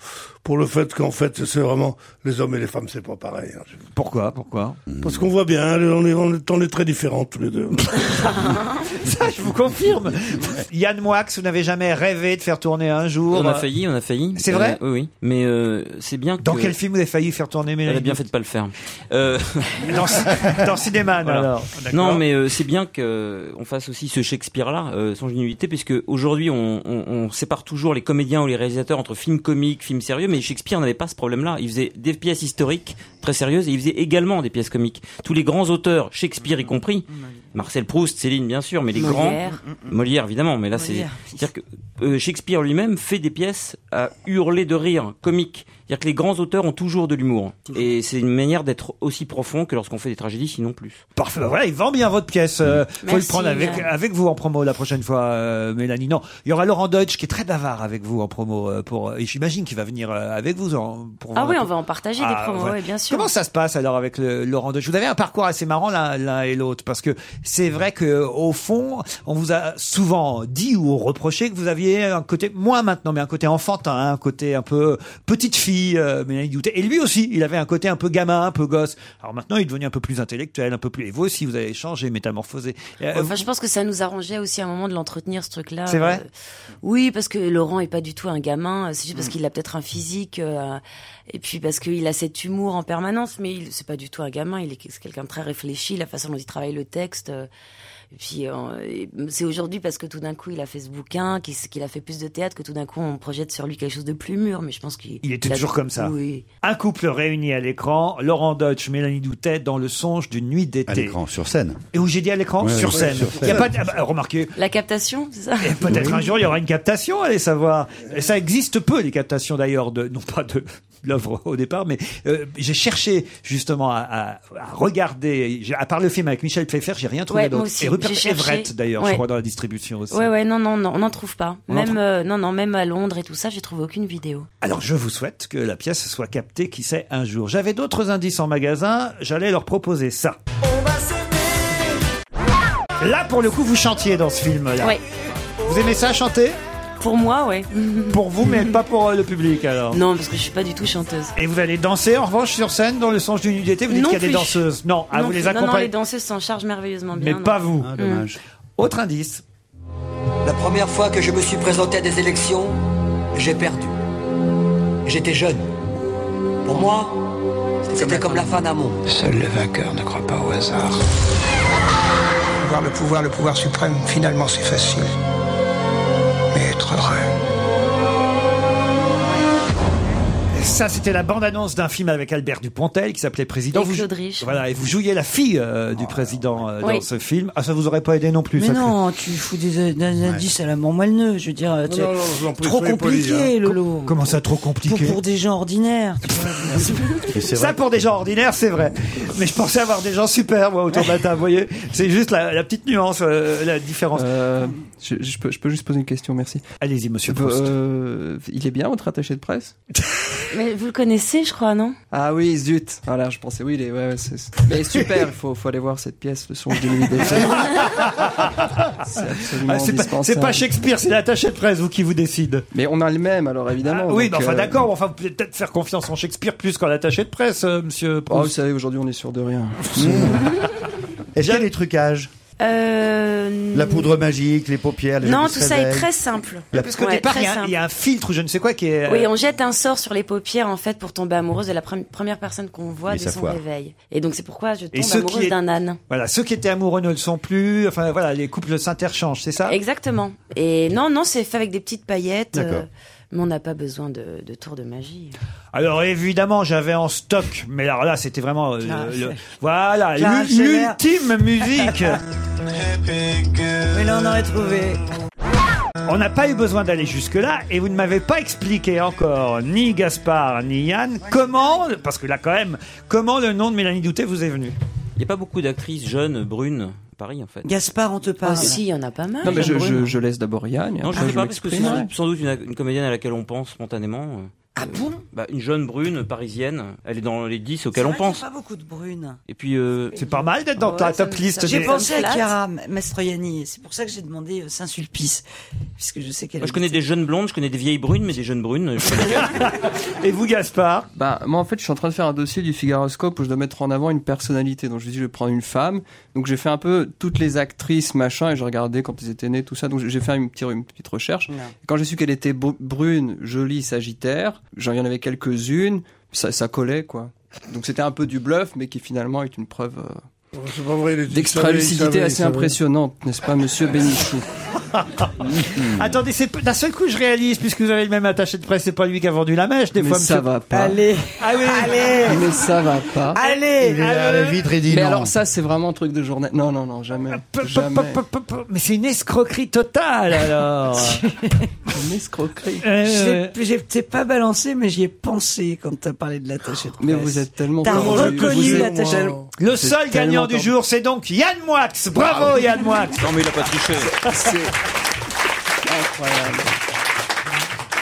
Speaker 8: pour le fait qu'en fait, c'est vraiment les hommes et les femmes, c'est pas pareil. hein.
Speaker 3: Pourquoi Pourquoi
Speaker 8: Parce qu'on voit bien, on est, on est- on est très différents tous les deux.
Speaker 3: Ça, je vous confirme. Yann Moix, vous n'avez jamais rêvé de faire tourner un jour.
Speaker 5: On a failli, on a failli.
Speaker 3: euh, C'est vrai
Speaker 5: Euh, Oui, oui. Mais euh, c'est bien que.
Speaker 3: Dans quel film vous avez failli faire tourner Mélanie
Speaker 5: Elle a bien fait de pas le faire. Euh,
Speaker 3: Dans, dans Cinéman,
Speaker 5: Voilà.
Speaker 3: alors.
Speaker 5: Non, mais euh, c'est bien que euh, on fasse aussi ce Shakespeare-là, euh, son génialité, puisque aujourd'hui on, on- on sépare toujours les comédiens ou les réalisateurs entre films comiques, films sérieux, mais Shakespeare n'avait pas ce problème-là. Il faisait des pièces historiques très sérieuses et il faisait également des pièces comiques. Tous les grands auteurs, Shakespeare y compris, Marcel Proust, Céline bien sûr, mais les
Speaker 4: Molière.
Speaker 5: grands, Molière évidemment, mais là c'est
Speaker 4: Molière.
Speaker 5: c'est-à-dire que euh, Shakespeare lui-même fait des pièces à hurler de rire, comique. C'est-à-dire que les grands auteurs ont toujours de l'humour. Et c'est une manière d'être aussi profond que lorsqu'on fait des tragédies, sinon plus. Mmh.
Speaker 3: Parfait. Bah voilà, il vend bien votre pièce. Euh, faut
Speaker 5: Merci,
Speaker 3: le prendre avec,
Speaker 5: Yann.
Speaker 3: avec vous en promo la prochaine fois, euh, Mélanie. Non, il y aura Laurent Deutsch qui est très bavard avec vous en promo. euh, pour, et j'imagine qu'il va venir euh, avec vous en, pour
Speaker 17: Ah oui, on va en partager des
Speaker 3: Ah,
Speaker 17: promos,
Speaker 3: ouais.
Speaker 17: ouais, bien sûr.
Speaker 3: Comment ça se passe alors avec le, Laurent Deutsch Vous avez un parcours assez marrant l'un l'un et l'autre parce que c'est vrai que au fond, on vous a souvent dit ou reproché que vous aviez un côté moins maintenant, mais un côté enfantin, un côté un peu petite fille, euh, Mélanie Doutet. Et lui aussi, il avait un côté un peu gamin, un peu gosse. Alors maintenant, il est devenu un peu plus intellectuel, un peu plus. Et vous aussi, vous avez changé, métamorphosé. Euh,
Speaker 17: Enfin, je pense que ça nous arrangeait aussi à un moment de l'entretenir, ce truc-là.
Speaker 3: C'est vrai
Speaker 17: Euh, Oui, parce que Laurent est pas du tout un gamin. euh, C'est juste
Speaker 3: Mm.
Speaker 17: parce qu'il a peut-être un physique, euh, et puis parce qu'il a cet humour en permanence. Mais il, c'est pas du tout un gamin. Il est c'est quelqu'un de très réfléchi, la façon dont il travaille le texte. euh, et puis euh, et c'est aujourd'hui parce que tout d'un coup il a fait ce bouquin, qu'il, s- qu'il a fait plus de théâtre, que tout d'un coup on projette sur lui quelque chose de plus mûr. Mais je pense qu'il
Speaker 3: Il était
Speaker 17: a-
Speaker 3: toujours comme ça.
Speaker 17: Oui.
Speaker 3: Un couple réuni à l'écran, Laurent Deutsch, Mélanie Doutet dans le songe d'une nuit d'été.
Speaker 13: À l'écran, sur scène.
Speaker 3: Et où j'ai dit à l'écran
Speaker 13: Ouais,
Speaker 3: sur,
Speaker 13: ouais,
Speaker 3: scène.
Speaker 13: sur
Speaker 3: Il y a
Speaker 13: scène.
Speaker 3: pas de- ah bah, remarquez,
Speaker 17: La captation, c'est ça
Speaker 3: peut-être un jour il y aura une captation, allez savoir. Et Ça existe peu les captations d'ailleurs de non pas de l'œuvre au départ, mais euh, j'ai cherché justement à, à- à regarder. j'ai- À part le film avec Michel Pfeiffer, j'ai rien trouvé
Speaker 17: Ouais, moi
Speaker 3: d'autre.
Speaker 17: aussi,
Speaker 3: Et Rupert
Speaker 17: j'ai cherché.
Speaker 3: Everett d'ailleurs, je
Speaker 17: Ouais.
Speaker 3: crois dans la distribution aussi.
Speaker 17: Ouais, ouais, non, non, non, on n'en trouve pas.
Speaker 3: On en
Speaker 17: même,
Speaker 3: trouve-
Speaker 17: euh, non, non, même à Londres et tout ça, j'ai trouvé aucune vidéo.
Speaker 3: Alors je vous souhaite que la pièce soit captée, qui sait un jour. J'avais d'autres indices en magasin, j'allais leur proposer ça. Là pour le coup, vous chantiez dans ce film là.
Speaker 17: Ouais.
Speaker 3: Vous aimez ça chanter
Speaker 17: Pour moi, ouais.
Speaker 3: Pour vous, mais pas pour euh, le public alors.
Speaker 17: Non, parce que je suis pas du tout chanteuse.
Speaker 3: Et vous allez danser en revanche sur scène dans le sens d'une nudité Vous dites
Speaker 17: Non
Speaker 3: qu'il y a des
Speaker 17: plus.
Speaker 3: danseuses. Non, ah,
Speaker 17: Non,
Speaker 3: vous les
Speaker 17: non, Non, les
Speaker 3: accompagnez.
Speaker 17: danseuses s'en chargent merveilleusement bien.
Speaker 3: mais
Speaker 17: non.
Speaker 3: pas vous.
Speaker 17: Ah, dommage.
Speaker 3: Autre indice.
Speaker 18: La première fois que je me suis présenté à des élections, j'ai perdu. J'étais jeune. Pour moi, c'était comme la fin d'un monde.
Speaker 19: Seul le vainqueur ne croit pas au hasard. Avoir le pouvoir, le pouvoir suprême, finalement c'est facile. Mais être heureux.
Speaker 3: Ça, c'était la bande-annonce d'un film avec Albert Dupontel qui s'appelait Président.
Speaker 17: Et
Speaker 3: Vous-
Speaker 17: Claude Rich.
Speaker 3: Voilà, et vous jouiez la fille
Speaker 19: Oh
Speaker 3: euh, du président euh,
Speaker 4: Oui.
Speaker 3: dans ce film. Ah, ça vous aurait pas aidé non plus.
Speaker 4: Mais
Speaker 3: ça,
Speaker 4: non, tu fous des, des indices à la mort moelle Je veux dire, c'est
Speaker 3: non, non, je vous en prie,
Speaker 4: trop
Speaker 3: soyez polis,
Speaker 4: compliqué,
Speaker 3: hein.
Speaker 4: Lolo.
Speaker 3: Comment ça, trop compliqué
Speaker 4: Pour, pour des gens ordinaires. tu vois.
Speaker 3: Ça, pour des gens ordinaires, c'est vrai. Mais je pensais avoir des gens super, moi, autour de la table. Vous voyez, c'est juste la, la petite nuance, euh, la différence.
Speaker 6: Euh, Je, je peux, je peux juste poser une question, merci. Euh,
Speaker 3: Allez-y, monsieur
Speaker 17: Proust.
Speaker 6: il est bien, votre attaché de presse
Speaker 17: Mais vous le connaissez, je crois, non
Speaker 6: Ah oui, zut. Voilà, je pensais, oui, il est- ouais, ouais, c'est- Mais super, il faut, faut aller voir cette pièce, le songe de nuit d'été. C'est absolument
Speaker 3: Ah, c'est pas, c'est
Speaker 6: indispensable.
Speaker 3: pas Shakespeare, c'est l'attaché de presse, vous, qui vous décide.
Speaker 6: Mais on a le même, alors évidemment.
Speaker 3: oui,
Speaker 6: donc,
Speaker 3: mais enfin,
Speaker 6: euh,
Speaker 3: d'accord. Enfin, vous pouvez peut-être faire confiance en Shakespeare plus qu'en l'attaché de presse, euh, monsieur.
Speaker 6: Oh, vous
Speaker 3: Proust.
Speaker 6: savez, aujourd'hui, on est sûr de rien.
Speaker 13: Est-ce qu'il y a des trucages
Speaker 17: Euh,
Speaker 13: La poudre magique, les paupières, les gens
Speaker 17: Non,
Speaker 13: qui se
Speaker 17: tout ça est
Speaker 13: réveillent.
Speaker 17: très simple.
Speaker 13: La-
Speaker 3: Parce qu'au
Speaker 17: Ouais,
Speaker 3: départ,
Speaker 17: très
Speaker 3: il y, a un-
Speaker 17: simple.
Speaker 3: il y a un filtre ou je ne sais quoi qui est.
Speaker 17: Oui,
Speaker 3: euh,
Speaker 17: on jette un sort sur les paupières en fait pour tomber amoureuse de la pre- première personne qu'on voit
Speaker 3: Et
Speaker 17: de
Speaker 3: sa
Speaker 17: son
Speaker 3: foire.
Speaker 17: réveil. Et donc c'est pourquoi je
Speaker 3: Et
Speaker 17: tombe
Speaker 3: ceux qui
Speaker 17: amoureuse
Speaker 3: est-
Speaker 17: d'un âne.
Speaker 3: Voilà, ceux qui étaient amoureux ne le sont plus. Enfin, voilà, les couples s'interchangent, c'est ça
Speaker 17: Exactement. Et non, non, c'est fait avec des petites paillettes.
Speaker 3: D'accord.
Speaker 17: euh, mais on n'a pas besoin de, de tours de magie.
Speaker 3: Alors évidemment, j'avais en stock, mais alors là, c'était vraiment euh,
Speaker 17: Clara
Speaker 3: le-
Speaker 17: Scheller.
Speaker 3: voilà
Speaker 17: Clara
Speaker 3: l'u-
Speaker 17: Scheller.
Speaker 3: l'ultime musique.
Speaker 4: Mais là, on aurait trouvé.
Speaker 3: On n'a pas eu besoin d'aller jusque-là et vous ne m'avez pas expliqué encore, ni Gaspard, ni Yann, comment, parce que là quand même, comment le nom de Mélanie Douté vous est venu
Speaker 5: Il n'y a pas beaucoup d'actrices jeunes, brunes, à Paris en fait.
Speaker 4: Gaspard, on te parle.
Speaker 17: Oh, si, il y en a pas mal.
Speaker 6: Non, mais je,
Speaker 5: Jeanne Brune.
Speaker 6: je, je laisse d'abord Yann. et
Speaker 5: Non, Ah, je
Speaker 6: après,
Speaker 5: sais pas, parce que c'est
Speaker 6: m'exprime.
Speaker 5: sans doute une, une comédienne à laquelle on pense spontanément. Ah bon bah, Une jeune brune parisienne, elle est dans les 10 auxquelles on pense.
Speaker 4: Pas beaucoup de brunes.
Speaker 5: Et puis. euh,
Speaker 3: C'est pas mal d'être dans
Speaker 5: Ouais,
Speaker 3: ta
Speaker 5: ça
Speaker 3: top
Speaker 5: me-
Speaker 3: list.
Speaker 4: J'ai
Speaker 3: des-
Speaker 4: pensé à Chiara Mastroianni. C'est pour ça que j'ai demandé euh, Saint-Sulpice. Puisque je sais qu'elle
Speaker 5: Moi, je connais des jeunes blondes, je connais des vieilles brunes, mais des jeunes brunes. je connais-
Speaker 3: Et vous, Gaspard
Speaker 6: Bah, moi, en fait, je suis en train de faire un dossier du Figaroscope où je dois mettre en avant une personnalité. Donc, je me suis dit, je vais prendre une femme. Donc, j'ai fait un peu toutes les actrices, machin, et j'ai regardé quand elles étaient nées, tout ça. Donc, j'ai fait une petite, une petite recherche. Et quand j'ai su qu'elle était br- brune, jolie, sagittaire, j'en il y en avait quelques-unes, ça, ça collait, quoi. Donc, c'était un peu du bluff, mais qui finalement est une preuve euh,
Speaker 8: C'est pas vrai, il est- il savait, il savait,
Speaker 6: d'extra-lucidité
Speaker 8: il
Speaker 6: assez
Speaker 8: savait.
Speaker 6: impressionnante, n'est-ce pas, monsieur Bénichou
Speaker 3: Attendez, c'est p- d'un seul coup je réalise puisque vous avez le même attaché de presse, c'est pas lui qui a vendu la mèche des
Speaker 6: Mais
Speaker 3: fois.
Speaker 6: ça
Speaker 3: monsieur-
Speaker 6: va pas. Allez.
Speaker 3: ah oui,
Speaker 6: Mais ça va pas.
Speaker 4: Allez
Speaker 3: Il est à la vitre et dit
Speaker 6: Mais
Speaker 3: non.
Speaker 6: alors ça c'est vraiment un truc de journée. Non non non jamais. jamais.
Speaker 3: Mais c'est une escroquerie totale alors.
Speaker 6: Une escroquerie.
Speaker 3: Euh,
Speaker 4: J'ai j'ai- t'ai pas balancé, mais j'y ai pensé quand t'as parlé de l'attaché de presse.
Speaker 6: Mais vous êtes tellement
Speaker 4: T'as
Speaker 6: tordu, vous
Speaker 4: reconnu
Speaker 6: êtes-
Speaker 4: l'attaché de
Speaker 6: Wow.
Speaker 3: Le
Speaker 6: C'est
Speaker 3: seul gagnant
Speaker 6: tellement
Speaker 3: du
Speaker 6: tordu.
Speaker 3: jour, c'est donc Yann Moix. Bravo Oh, Yann Moix.
Speaker 5: Non, mais il a pas triché.
Speaker 6: Incroyable.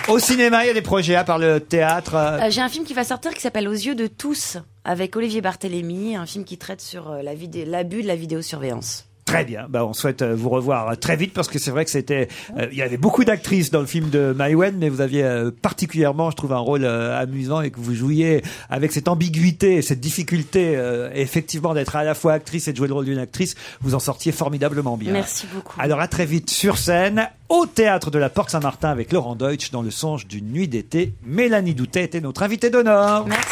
Speaker 3: Au cinéma, il y a des projets à part le théâtre. euh,
Speaker 17: Euh, J'ai un film qui va sortir qui s'appelle Aux yeux de tous avec Olivier Barthélémy, un film qui traite sur euh, la vidé- l'abus de la vidéosurveillance.
Speaker 3: Très bien. Bah, on souhaite euh, vous revoir euh, très vite parce que c'est vrai que c'était. euh, il y avait beaucoup d'actrices dans le film de Maïwen, mais vous aviez euh, particulièrement, je trouve, un rôle euh, amusant et que vous jouiez avec cette ambiguïté, et cette difficulté, euh, effectivement, d'être à la fois actrice et de jouer le rôle d'une actrice. Vous en sortiez formidablement bien.
Speaker 17: Merci beaucoup.
Speaker 3: Alors à très vite sur scène, au théâtre de la Porte Saint-Martin avec Laurent Deutsch dans le songe d'une nuit d'été. Mélanie Doutet était notre invitée d'honneur.
Speaker 17: Merci.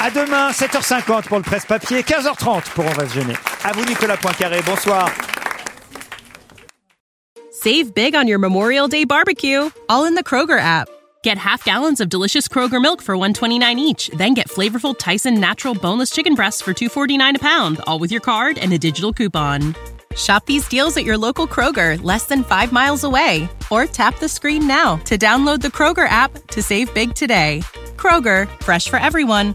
Speaker 3: À demain, 7h50 pour le presse-papier, 15h30 pour On va se gêner. À vous Nicolas Poincaré, bonsoir.
Speaker 20: Save big on your Memorial Day barbecue, all in the Kroger app. Get half gallons of delicious Kroger milk for 129 each, then get flavorful Tyson natural boneless chicken breasts for 249 a pound, all with your card and a digital coupon. Shop these deals at your local Kroger, less than 5 miles away, or tap the screen now to download the Kroger app to save big today. Kroger, fresh for everyone.